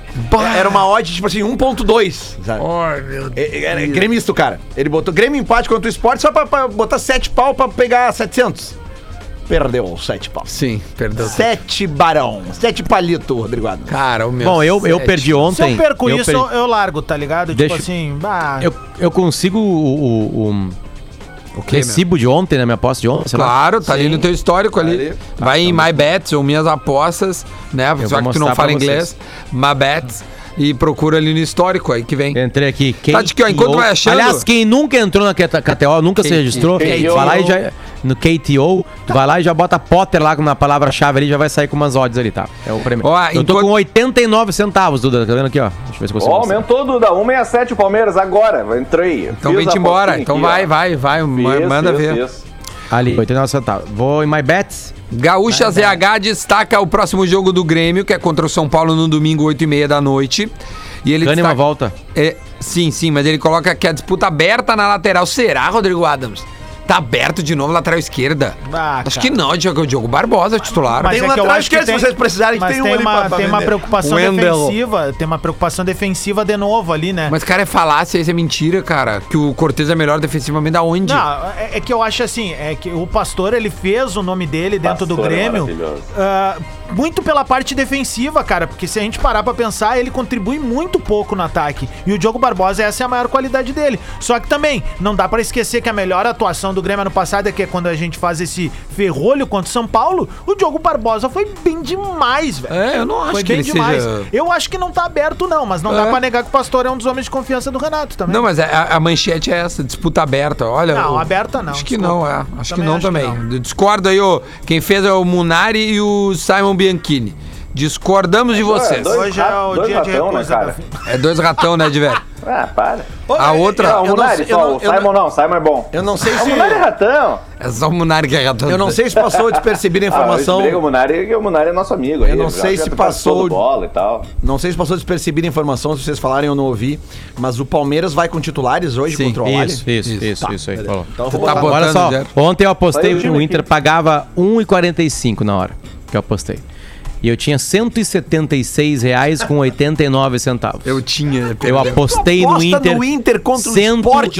C: Era uma odd, tipo assim, 1.2. sabe?
B: Ai, meu
C: É, é, Era gremista o cara. Ele botou Grêmio empate contra o esporte só pra, pra botar 7 pau pra pegar 700. Perdeu os 7 pau.
B: Sim, perdão.
C: 7 barão. 7 palito, Rodrigo Adams.
B: Cara, o meu.
G: Bom, eu, eu
B: sete.
G: perdi
I: Se
G: ontem.
I: eu perco isso,
G: perdi-
I: eu largo, tá ligado?
G: Deixa-
I: Tipo assim, bah,
G: Eu, eu consigo o, o, o- o
B: quê,
G: recibo de ontem, né? Tá, Minha posse de ontem, sei lá.
B: Claro, tá ali no teu histórico ali.
C: ali.
B: Vai em My Bets ou Minhas Apostas, né? Só que
G: vou
B: tu não
G: mostrar
B: fala
G: pra
B: inglês. My Bets. E procura ali no histórico aí que vem.
G: Entrei aqui. Quem
B: Tá de que, ó, enquanto
G: KTO
B: vai achando-
G: Aliás, quem nunca entrou na KTO, nunca se
B: KTO.
G: registrou,
F: KTO.
G: vai lá e já. No KTO, tu vai lá e já bota Potter lá na palavra-chave ali, já vai sair com umas odds ali, tá? É o prêmio.
B: Ó,
G: eu tô
B: enquanto-
G: com 89 centavos, Duda. Tá vendo aqui, ó? Deixa eu ver se eu
F: Ó,
G: consigo. mostrar.
F: aumentou, Duda. 167 o Palmeiras agora. Entrei.
B: Então vem te embora. Então vai, vai, vai. ma- manda ver.
G: Ali, 89 centavos. Vou em My Bets.
B: Gaúcha ZH destaca o próximo jogo do Grêmio, que é contra o São Paulo no domingo, 8h30 da noite. E ele
G: Ganha uma
B: destaca-
G: volta.
B: É, sim, sim, mas ele coloca que a disputa aberta na lateral. Será, Rodrigo Adams? Tá aberto de novo, lateral esquerda.
I: Ah,
B: acho
I: cara.
B: que não, Diogo o Diogo Barbosa, é titular.
I: Mas
C: Tem
I: é
C: um
I: que eu
C: lateral
I: acho que
C: esquerdo,
I: tem,
C: se vocês precisarem, que
I: mas
C: tem
I: tem,
C: um ali pra-
I: uma,
C: pra
I: tem uma
C: vender.
I: preocupação
B: Um Wendel.
I: defensiva, tem uma preocupação defensiva de novo ali, né?
B: Mas, cara, é falácia, isso é mentira, cara. Que o Cortez é melhor defensivamente da onde?
I: Não, é, é que eu acho assim, é que o Pastor ele fez o nome dele dentro do
F: Pastor é
I: Grêmio,
F: maravilhoso.
I: ah, muito pela parte defensiva, cara, porque se a gente parar pra pensar, ele contribui muito pouco no ataque. E o Diogo Barbosa essa é a maior qualidade dele. Só que também não dá pra esquecer que a melhor atuação do Grêmio ano passado, que é quando a gente faz esse ferrolho contra o São Paulo, o Diogo Barbosa foi bem demais, velho.
B: É, eu não acho
I: foi
B: que
I: bem
B: ele
I: demais.
B: seja-
I: Eu acho que não tá aberto, não, mas não dá
B: É.
I: pra negar que o Pastor é um dos homens de confiança do Renato também.
B: Não, mas a, a manchete é essa, disputa aberta. Olha,
I: Não,
B: o-
I: aberta não,
B: Acho que não,
I: desculpa.
B: é. Acho
I: Também
B: que não
I: acho que
B: também. Discordo aí, ô. Quem fez é o Munari e o Simon Bianchini. Discordamos de vocês.
I: Hoje é o
F: dois
I: dia de
F: ratão, né,
I: repouso da
F: cara?
I: vida.
B: É dois ratão, né, Diver?
F: Ah, para.
B: A outra.
F: Não, é o Munari só, o Simon não, o Simon é bom.
C: Eu não sei
F: Ah, O
C: se.
F: Munari é ratão.
B: É só o Munari que é ratão.
C: Eu não sei se passou despercebida a
F: Ah, eu
C: informação.
F: briguei com o Munari porque o Munari é nosso amigo.
C: Eu
F: aí,
C: não
F: já
C: sei
F: já
C: se
F: tá passando
C: passou-
F: bola e tal.
C: Não sei se passou despercebida a informação, se vocês falarem eu não ouvi, mas o Palmeiras vai com titulares hoje contra o Alli?
G: Isso, isso, isso, isso aí. Falou.
C: Então eu vou
B: Tá
C: botar-
B: botando,
G: Olha só,
B: Jair?
G: ontem eu apostei
F: Olha o
G: que
F: time
G: o Inter
F: aqui.
G: pagava 1,45 na hora que eu apostei. E eu tinha R$ 176 reais com 89 centavos.
B: Eu tinha.
G: Eu apostei no
C: aposta
G: Inter.
C: no Inter contra o Sport,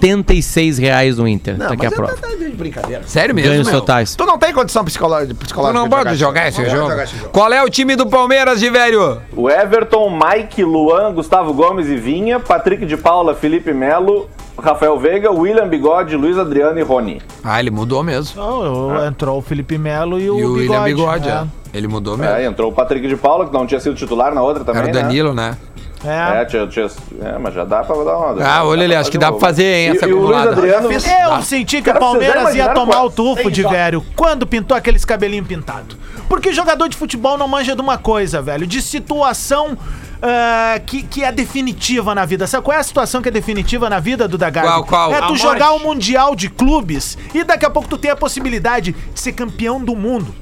G: 176 reais no Inter.
C: Não,
G: Tá aqui a
C: mas
G: prova.
C: é, tá, de brincadeira.
B: Sério mesmo?
G: Ganha os
B: meu?
G: totais.
C: Tu não tem condição psicológica. psicológica
B: Tu não
C: de
B: pode jogar
C: esse
B: esse
C: jogo.
B: jogo.
C: Não pode jogar esse jogo.
B: Qual é o time do Palmeiras, de velho?
F: O Everton, Mike, Luan, Gustavo Gomes e Vinha, Patrick de Paula, Felipe Melo, Rafael Veiga, William Bigode, Luiz Adriano e Rony.
B: Ah, ele mudou mesmo.
I: Não, entrou o Felipe Melo e o,
B: E o William Bigode,
I: é.
B: é. Ele mudou mesmo.
F: É, entrou o Patrick de Paula, que não tinha sido titular na outra também.
B: Era o
F: né?
B: Danilo, né?
I: É.
F: É, tinha, tinha, é, mas já dá pra dar uma.
B: Ah, olha ali,
F: pra
B: acho que
F: fazer
B: dá
F: um
B: pra fazer, hein,
F: gol.
B: essa
F: E, e o Luiz
B: acumulada.
F: Adriano.
I: Eu senti que
F: Cara,
I: o Palmeiras
F: vocês
I: ia
F: imaginam
I: tomar
F: qual-
I: o tufo de velho quando pintou aqueles cabelinhos pintados. Porque jogador de futebol não manja de uma coisa, velho, de situação ah, que, que é definitiva na vida. Sabe qual é a situação que é definitiva na vida do Dagar?
B: Qual, qual?
I: É tu
B: A
I: jogar o Mundial de Clubes e daqui a pouco tu tem a possibilidade de ser campeão do mundo.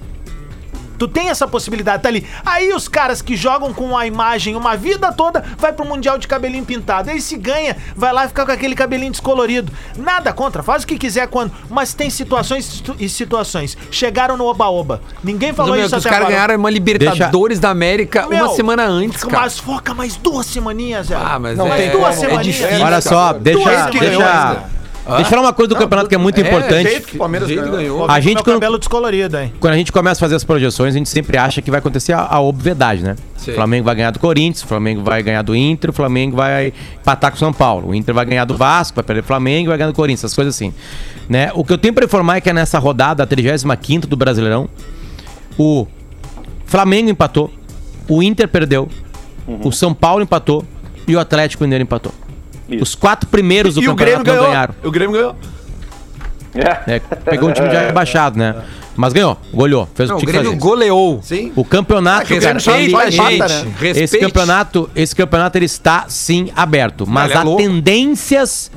I: Tu tem essa possibilidade, tá ali. Aí os caras que jogam com a imagem uma vida toda, vai pro Mundial de cabelinho pintado. Aí se ganha, vai lá e fica com aquele cabelinho descolorido. Nada contra, faz o que quiser quando. Mas tem situações situ- e situações. Chegaram no Oba-Oba. Ninguém
B: Mas,
I: falou
B: meu,
I: isso
B: que os
I: até
B: caras
I: agora.
B: ganharam uma Libertadores da América
I: Meu, é
B: uma semana antes, cara.
I: Mas foca mais duas semaninhas, velho.
B: Ah, mas
C: Não
B: é,
C: tem
I: duas
C: como, é
I: semaninhas.
B: difícil.
G: Olha só, deixa.
I: Duas que ganhou
G: Deixa,
I: ainda.
G: deixa eu falar uma coisa do campeonato que é muito importante.
C: Jeito que o Palmeiras
B: Jeito
C: ganhou.
B: ganhou.
I: Pô,
G: A gente
I: meu
G: quando-
I: cabelo descolorido, hein?
G: Quando a gente começa a fazer as projeções, a gente sempre acha que vai acontecer a, a obviedade, né?
B: Sim.
G: O Flamengo vai ganhar do Corinthians, o Flamengo vai ganhar do Inter, o Flamengo vai empatar com o São Paulo, o Inter vai ganhar do Vasco, vai perder o Flamengo, vai ganhar do Corinthians, essas coisas assim. Né? O que eu tenho pra informar é que nessa rodada, a 35 do Brasileirão, o Flamengo empatou, o Inter perdeu,
C: Uhum.
G: o São Paulo empatou e o Atlético Mineiro empatou.
F: Isso.
G: Os quatro primeiros do
C: E o
G: campeonato
C: Grêmio
G: não
C: ganhou.
G: ganharam.
C: O Grêmio ganhou.
F: É.
G: né? Pegou um time já rebaixado, né? Mas ganhou, goleou, fez
B: Não,
G: o
B: o
G: que tinha que
B: Grêmio
G: fazer.
B: goleou.
C: Sim.
G: O campeonato,
C: que o
G: cara,
C: Grêmio só
G: ele-
C: faz
G: ele-
C: bata,
B: gente,
C: né?
B: respeite.
G: esse campeonato, esse campeonato ele está sim aberto, mas
B: Ele é
G: há
B: louco.
G: tendências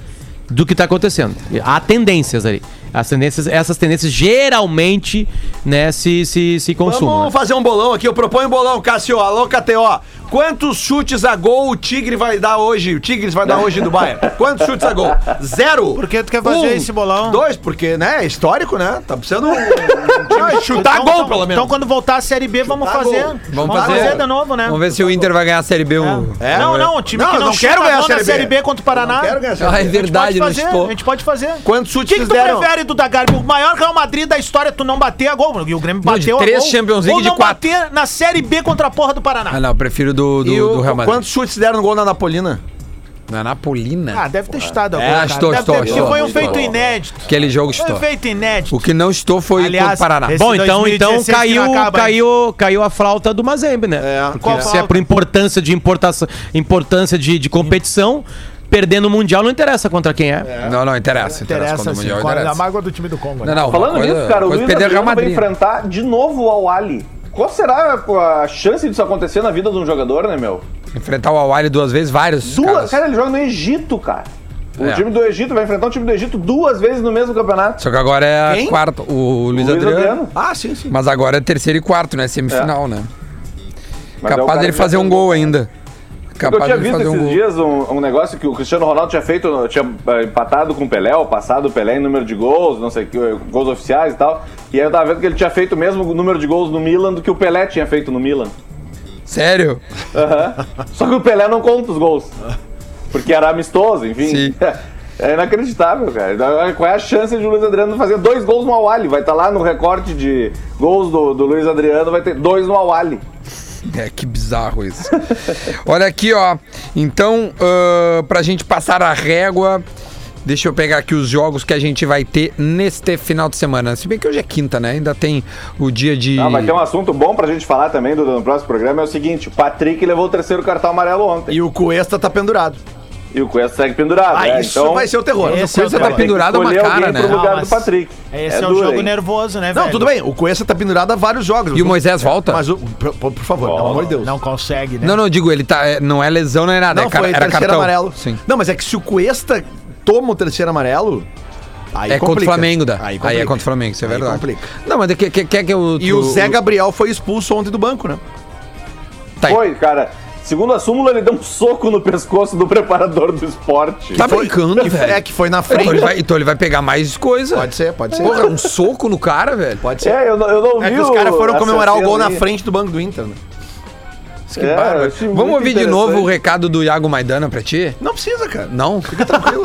G: do que está acontecendo. Há tendências ali. As tendências, essas tendências geralmente, né, se se, se consumam. né?
C: Vamos fazer um bolão aqui. Eu proponho um bolão, Cássio. Alô, KTO. Quantos chutes a gol o Tigre vai dar hoje? O Tigres vai dar hoje do Bayern. Quantos chutes a gol? Zero. Um,
I: Por que tu quer
B: Um,
I: fazer esse bolão?
C: Dois, porque, né, é histórico, né? Tá precisando um- um time
B: tá
C: chutar
I: Então-
C: gol,
I: então-
C: pelo menos.
I: Então quando voltar a Série B, vamos
C: Chutar
I: fazer.
C: gol.
B: Vamos fazer.
I: de novo, né?
B: Vamos ver se o Inter vai ganhar a Série B. Um...
C: É?
I: Não,
C: Vamos
I: não,
C: ver.
I: o time
C: Não,
I: que
C: eu
I: não,
C: não quero
I: chuta
C: ganhar
I: a bola
C: a
I: na
C: Série
I: Série
C: B.
I: B contra o Paraná.
C: quero ganhar a Série
B: Ah,
C: B.
B: é verdade, não
I: a gente pode fazer,
B: estou.
I: a gente pode fazer.
C: Quantos
I: O que,
C: chutes
I: que
C: eles
I: tu
C: deram?
I: prefere do Dagarbi? O maior Real Madrid da história, tu não bater a gol, e o Grêmio
B: Não, de
I: bateu
B: três
I: a gol.
B: Champions League
I: ou
B: de
I: não
B: quatro.
I: bater na Série B contra a porra do Paraná.
B: Ah, não, eu prefiro do, do,
C: E
B: do
C: o,
B: Real Madrid. é
C: quantos chutes deram no gol na Napolina?
B: Na Napolina,
I: Ah, deve ter chutado
B: É,
I: cara.
B: estou,
I: Deve
B: estou,
I: ter- porque
B: estou,
I: foi um
B: estou.
I: feito inédito.
B: aquele jogo
I: Foi
B: estou.
I: um feito inédito.
B: O que não estou foi contra o
I: Aliás,
B: Paraná.
I: esse-
G: Bom, então, então
I: 2016 que não
G: caiu,
I: acaba, hein?
G: caiu, caiu a flauta do Mazembe, né?
C: É.
G: Porque
I: Qual
G: se é
I: flauta?
G: por importância de importação, importância de, de competição, perdendo o mundial não interessa contra quem é.
B: Não, não, interessa. Interessa,
I: Interessa,
B: quando o
I: assim,
B: Mundial
I: qual é a
B: interessa.
I: mágoa do time do Congo. né?
B: Não, não,
F: Falando
B: coisa-
F: nisso, cara, o
B: coisa é
F: Luiz
B: perder o Real
F: Adriano vai
B: Madrid.
F: enfrentar de novo o Ali. Qual será a chance disso acontecer na vida de um jogador, né, meu?
B: Enfrentar o Awali duas vezes, vários.
F: Duas,
B: caras.
F: cara, ele joga no Egito, cara. O
B: É.
F: time do Egito vai enfrentar o time do Egito duas vezes no mesmo campeonato.
B: Só que agora é a
C: Quem?
B: quarta, o Luiz, Adriano.
C: Ah, sim, sim.
B: Mas agora é terceiro e quarto, né? Semifinal, né?
F: É. Mas é o
B: Capaz
F: cara
B: dele
F: que
B: fazer
F: vai
B: um
F: fazer
B: gol
F: o-
B: ainda.
F: Porque eu
B: Capaz
F: tinha
B: dele
F: visto
B: fazer um
F: esses
B: gol.
F: dias um, um negócio que o Cristiano Ronaldo tinha feito, tinha eh, empatado com o Pelé, ou passado o Pelé em número de gols, não sei o que, eh, gols oficiais e tal. E aí eu tava vendo que ele tinha feito o mesmo número de gols no Milan do que o Pelé tinha feito no Milan.
B: Sério?
F: Aham. Só que o Pelé não conta os gols. Porque era amistoso, enfim.
B: Sim.
F: É inacreditável, cara. Qual é a chance de o Luiz Adriano fazer dois gols no Awali? Vai estar lá no recorte de gols do, do Luiz Adriano, vai ter dois no Awali.
B: É, que bizarro isso. Olha aqui, ó. Então, ãh, pra gente passar a régua, Deixa eu pegar aqui os jogos que a gente vai ter neste final de semana. Se bem que hoje é quinta, né? Ainda tem o dia de.
F: Ah, mas tem um assunto bom pra gente falar também Duda, no próximo programa, é o seguinte, o Patrick levou o terceiro cartão amarelo ontem.
C: E o Cuesta tá pendurado.
F: E o Cuesta segue pendurado,
C: Ah,
F: né?
C: isso vai ser o tá terror.
I: Esse é o terror.
B: pendurado então, é uma
F: Escolher alguém
B: cara, né?
F: pro lugar
I: Não,
F: do
I: mas
F: Patrick.
I: Esse é, o
F: duro,
I: jogo
F: hein?
I: nervoso, né, velho?
C: Não, tudo bem. O Cuesta tá pendurado a vários jogos.
B: E o Moisés volta?
C: Mas o. Por, por- por favor, pelo amor de Deus.
I: Não consegue, né?
B: Não, não, digo, ele tá. é, Não é lesão, não é nada.
C: Não,
B: é car-
C: foi
B: era
C: terceiro
B: cartão.
C: amarelo.
B: Sim.
C: Não, mas é que se o Cuesta toma o terceiro amarelo. Aí
B: é contra o
C: complica.
B: Flamengo, dá. Aí,
C: Aí, complica.
B: é contra o Flamengo, isso é
C: Aí
B: verdade.
C: complica.
B: Não, mas quer que, é que, que o.
C: E o Zé Gabriel foi expulso ontem do banco, né?
B: Tá aí.
F: Foi, cara. Segundo a súmula, ele deu um soco no pescoço do preparador do esporte.
B: Tá brincando,
C: que,
B: velho.
C: É, que foi na frente.
B: Então ele, vai, então ele vai pegar mais coisa.
C: Pode ser, pode ser.
B: Porra, um soco no cara, velho.
C: Pode ser.
F: É, eu não, eu não
C: É
F: vi
C: que os caras foram
F: essa
C: comemorar o
F: cena
C: gol na
F: aí.
C: frente do banco do Inter, né? Isso que
F: É,
C: bárbaro.
F: eu achei
B: Vamos
F: muito
B: ouvir de novo o
F: interessante.
B: recado do Iago Maidana pra ti?
C: Não precisa, cara.
B: Não? Fica tranquilo.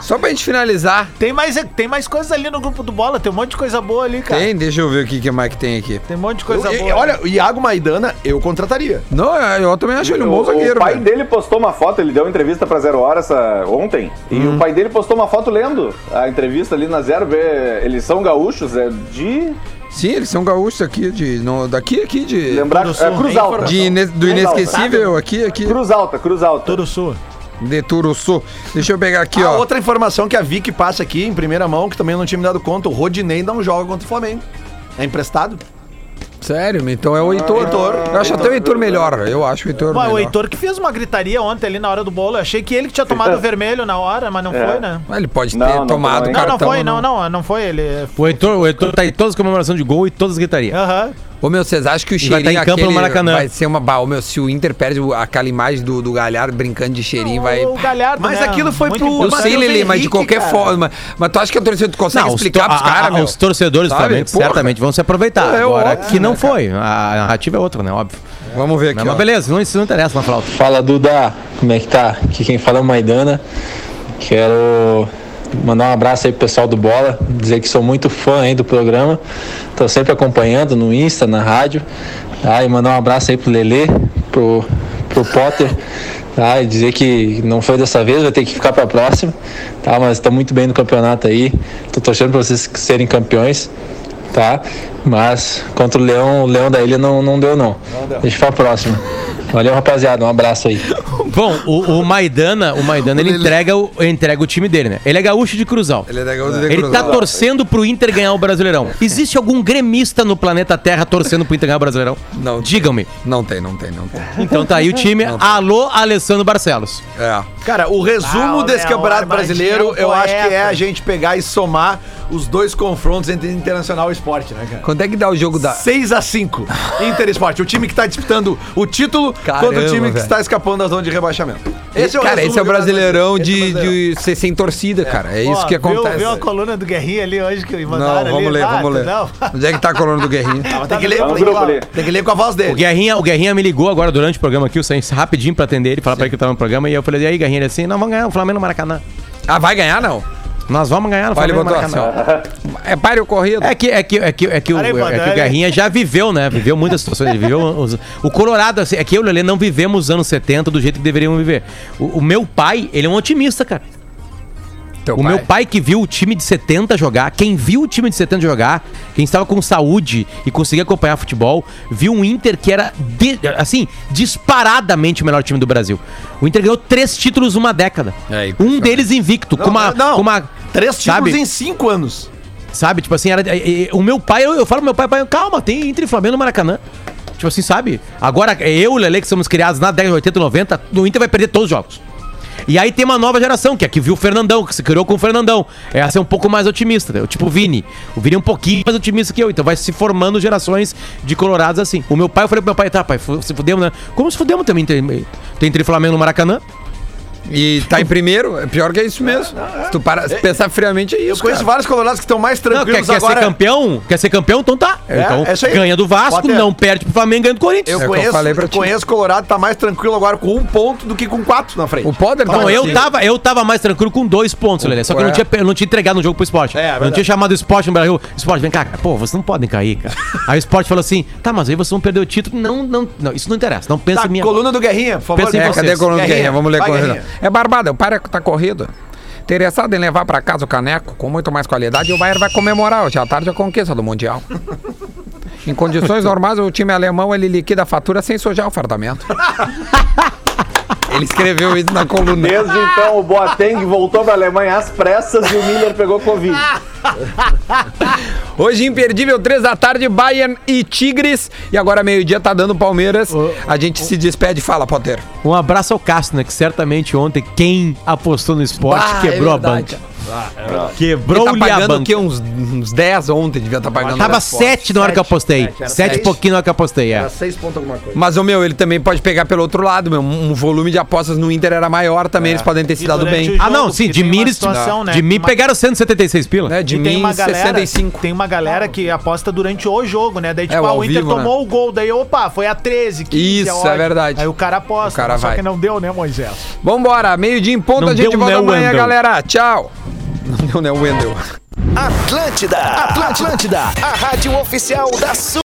B: Só pra gente finalizar.
I: Tem mais, tem mais coisas ali no grupo do Bola, tem um monte de coisa boa ali, cara. Tem,
B: Tem? Deixa eu ver o que, que mais que tem aqui.
I: um monte de coisa
C: Eu- eu-
I: boa.
C: olha, o Iago Maidana, eu contrataria.
B: Não, eu eu também acho ele um bom
F: O-
B: zagueiro.
F: O pai
B: velho.
F: dele postou uma foto, ele deu uma entrevista pra Zero Hora essa- ontem, e o pai dele postou uma foto lendo a entrevista ali na Zero, vê, eles são gaúchos, é de...
B: Sim, eles são gaúchos aqui, de. no- daqui, aqui, de.
F: Lembrar,
I: Tudo sul,
F: é, Cruz
I: bem
F: Alta.
B: de Ine- do
F: Cruz Alta.
B: Inesquecível, aqui, aqui.
F: Cruz Alta, Cruz Alta.
I: Tudo sua.
B: De Turuçu. Deixa eu pegar aqui,
C: Ah,
B: ó.
C: outra informação que a Vicky passa aqui em primeira mão, que também eu não tinha me dado conta, o Rodinei não joga contra o Flamengo. É emprestado?
B: Sério, então é o
F: Ah,
B: Heitor.
C: Heitor.
B: eu acho até o Heitor melhor. Eu acho o Heitor
I: Ué,
B: melhor.
I: o Heitor que fez uma gritaria ontem ali na hora do bolo. Eu achei que ele que tinha tomado o vermelho na hora, mas não
F: É.
I: foi, né?
B: Ah, Ele pode ter
F: Não, não,
B: tomado
F: não,
I: Não,
B: cartão.
I: não foi, não, não, não foi ele.
G: O Heitor, o Heitor tá em todas as comemorações de gol e todas as gritarias.
I: Aham.
B: Ô, meu, vocês acham que o
G: vai
B: cheirinho
G: tá em campo no
B: aquele
G: Maracanã.
B: vai ser uma... ba- Ô, meu, se o Inter perde o- aquela imagem do, do Galhardo brincando de cheirinho, vai...
I: O Galhardo,
C: Mas
I: né?
C: aquilo foi
I: Muito
C: pro-
I: importante.
B: Eu sei,
C: Matheus
B: Lili, mas de
C: Henrique,
B: qualquer
C: cara.
B: forma... Mas tu acha que a torcida tu consegue
G: os
B: explicar
G: to-
B: pros
G: a- a-
B: caras, meu?
G: Os torcedores do
B: Sabe?
G: Flamengo
B: Porra.
G: certamente vão se aproveitar.
B: É, é
G: Agora
B: óbvio,
G: que não foi. A narrativa é outra, né? Óbvio.
B: Vamos ver aqui,
G: Mas
B: ó.
G: beleza, não, isso não interessa na flauta.
H: Fala Duda, como é que tá? Aqui quem fala é o Maidana. Quero mandar um abraço aí pro pessoal do Bola, dizer que sou muito fã aí do programa. Tô sempre acompanhando no Insta, na rádio. Tá? E mandar um abraço aí pro Lelê, pro, pro Potter. Tá? E dizer que não foi dessa vez, vai ter que ficar pra próxima. Tá? Mas estão muito bem no campeonato aí. Tô torcendo pra vocês serem campeões. Tá? Mas contra o Leão, o Leão da Ilha não, não deu não. Deixa pra próxima. Valeu, rapaziada. Um abraço aí.
G: Bom, o, o Maidana, o Maidana, ele entrega o, entrega o time dele, né? Ele é gaúcho de cruzal.
B: Ele é da Gaúcha de
G: Ele
B: Cruz
G: tá
B: Alta.
G: torcendo pro Inter ganhar o Brasileirão. Existe algum gremista no planeta Terra torcendo pro Inter ganhar o Brasileirão?
B: Não.
G: Digam-me.
B: Não tem, não tem, não tem.
G: Então tá aí o time.
B: Não.
G: Alô, Alessandro Barcelos.
B: É.
C: Cara, o resumo
I: Ah,
C: desse
I: olha,
C: campeonato
I: olha,
C: brasileiro,
I: Martinho é um
C: eu acho que é
I: poeta.
C: a gente pegar e somar os dois confrontos entre Internacional e Esporte, né, cara?
B: Quando é que dá o jogo da...
C: 6x5, Inter Esporte. O time que tá disputando o título
B: Caramba,
C: contra o time que
B: velho.
C: está escapando da zona de rebaixamento.
B: cara,
C: resumo
B: esse é o
C: do Campeonato
B: brasileirão
C: Brasileiro. Esse é
B: de,
C: o Brasileirão.
B: de ser sem torcida, cara. É isso
I: Ó,
B: que
I: viu-
B: acontece.
I: Viu, a coluna do Guerrinha ali hoje que mandaram
B: Não,
I: ali?
B: vamos ler,
I: Ah,
B: vamos ler.
I: não.
B: Onde é que tá a coluna do Guerrinho?
C: Ah, mas tem que ler,
F: Tá no
C: tem que
F: grupo
C: ler-
F: ali.
C: tem que ler com a voz
G: O
C: dele.
G: Guerrinha, o Guerrinha me ligou agora durante o programa aqui, eu saí rapidinho pra atender ele, falar pra ele que eu tava no programa. E eu falei, e aí, Guerrinha? Ele assim, não, vamos ganhar o Flamengo no Maracanã.
B: Ah, vai ganhar, não?
G: Nós vamos ganhar no
B: Olha, ele
G: Flamengo no
B: botou assim,
G: Maracanã.
B: ó. É pare o corrido.
G: É que, é que, é que, é que, o,
I: Olha aí,
G: é que
I: Badalha.
G: o Guerrinha já viveu, né? Viveu muitas situações. Ele viveu os- o Colorado, assim, é que eu e o Lelê não vivemos os anos 70 do jeito que deveríamos viver. O, o meu pai, ele é um otimista, cara.
B: Teu
G: o meu pai que viu o time de 70 jogar, quem viu o time de 70 jogar, quem estava com saúde e conseguia acompanhar futebol, viu um Inter que era, de- assim, disparadamente o melhor time do Brasil. O Inter ganhou três títulos numa década.
B: É,
G: um
B: impressionante.
G: deles invicto, com uma...
C: não.
G: Com uma
C: Três títulos
G: sabe?
C: em cinco anos.
G: Sabe? Tipo assim, era, e- e- o meu pai, eu, eu falo pro meu pai, pai, calma, tem entre Flamengo e Maracanã. Tipo assim, sabe? Agora, eu e o Lele, que somos criados na década de 80, 90, o Inter vai perder todos os jogos. E aí tem uma nova geração, que é que viu o Fernandão, que se criou com o Fernandão. Essa é um pouco mais otimista, né? tipo o Vini. O Vini é um pouquinho mais otimista que eu, então vai se formando gerações de colorados assim. O meu pai, eu falei pro meu pai, tá, pai, fu- se fudemos, né? Como se fudemos também, tem, tem entre Flamengo no Maracanã?
B: E tá em primeiro, é pior que é isso mesmo. Se tu para, se pensar friamente, é
C: Eu
B: isso,
C: conheço
B: cara.
C: vários colorados que estão mais
G: Não, quer,
C: tranquilos
G: quer
C: agora.
G: ser campeão? Quer ser campeão? Então tá.
C: É,
G: então
C: é isso aí.
G: ganha do Vasco,
C: Potter.
G: não perde pro Flamengo, ganha do
B: É o
C: Eu
G: Corinthians.
B: que eu
C: conheço,
B: falei pra
C: eu
B: ti.
C: conheço Colorado, tá mais tranquilo agora com um ponto do que com quatro na frente.
B: O Poder tá
G: Não,
B: mais
G: eu
B: assim.
G: tava, eu tava mais tranquilo com dois pontos, Lelê. Só que eu não
B: É.
G: tinha, eu não tinha entregado no jogo pro esporte.
C: É, é
G: eu não
C: verdade.
G: tinha chamado o esporte no Brasil. Esporte, vem cá, cara. pô, vocês não podem cair, cara. Aí o esporte falou assim: tá, mas aí vocês vão perder o título. Não, não, não, isso não interessa. Não pensa
C: Tá,
G: em mim. agora.
C: coluna do Guerrinha, por favor.
G: Pensa em
B: É,
G: vocês.
B: cadê a coluna do Guerrinha? Vamos ler a
C: vai,
B: corrida.
C: Guerrinha.
B: É barbada, o para tá corrido. Interessado em levar pra casa o caneco com muito mais qualidade, o Bayern vai comemorar hoje à tarde a conquista do Mundial. Em condições normais, o time alemão ele liquida a fatura sem sujar o fardamento. Ele escreveu isso na coluna.
F: Desde então, o Boateng voltou pra Alemanha às pressas e o Miller pegou Covid.
B: Hoje, imperdível, três da tarde, Bayern e Tigres. E agora, meio-dia, tá dando Palmeiras. A gente se despede. Fala, Potter.
G: Um abraço ao Castro, né? Que certamente ontem quem apostou no esporte
B: Bah, é
G: quebrou a
B: verdade. Ah, é
G: banca. Quebrou-lhe
B: Ele tá
G: a
B: pagando
G: banca.
B: o quê? Uns, uns 10 ontem devia estar pagando.
I: tá
G: Tava
B: né?
G: 7 na hora que eu apostei.
B: Sete, era
G: 7 e
B: sete.
G: pouquinho na hora que eu apostei, é.
C: Seis pontos alguma coisa.
B: Mas, o meu, ele também pode pegar pelo outro lado, meu. Um um volume de apostas no Inter era maior também,
I: É.
B: eles podem ter se dado bem.
G: ah, não, sim, de mim eles.
I: situação, né,
G: de mim
I: que uma-
G: pegaram 176 pila.
B: É,
I: E tem uma galera, Tem uma galera que aposta durante o jogo, né? Daí, tipo,
B: o
I: ah,
B: ao
I: o Inter
B: vivo, né?
I: tomou o gol, daí, opa, foi a 13, 15.
B: Isso,
I: a odd.
B: é verdade.
I: Aí o cara aposta,
B: O cara
I: só
B: vai.
I: que não deu, né, Moisés?
B: Vambora, meio-dia em ponto,
I: Não
B: a gente
I: deu,
B: volta
I: né,
B: amanhã,
I: Wendel?
B: galera. Tchau. Não deu, né, Wendel?
L: Atlântida, Atlântida, a rádio oficial da sua.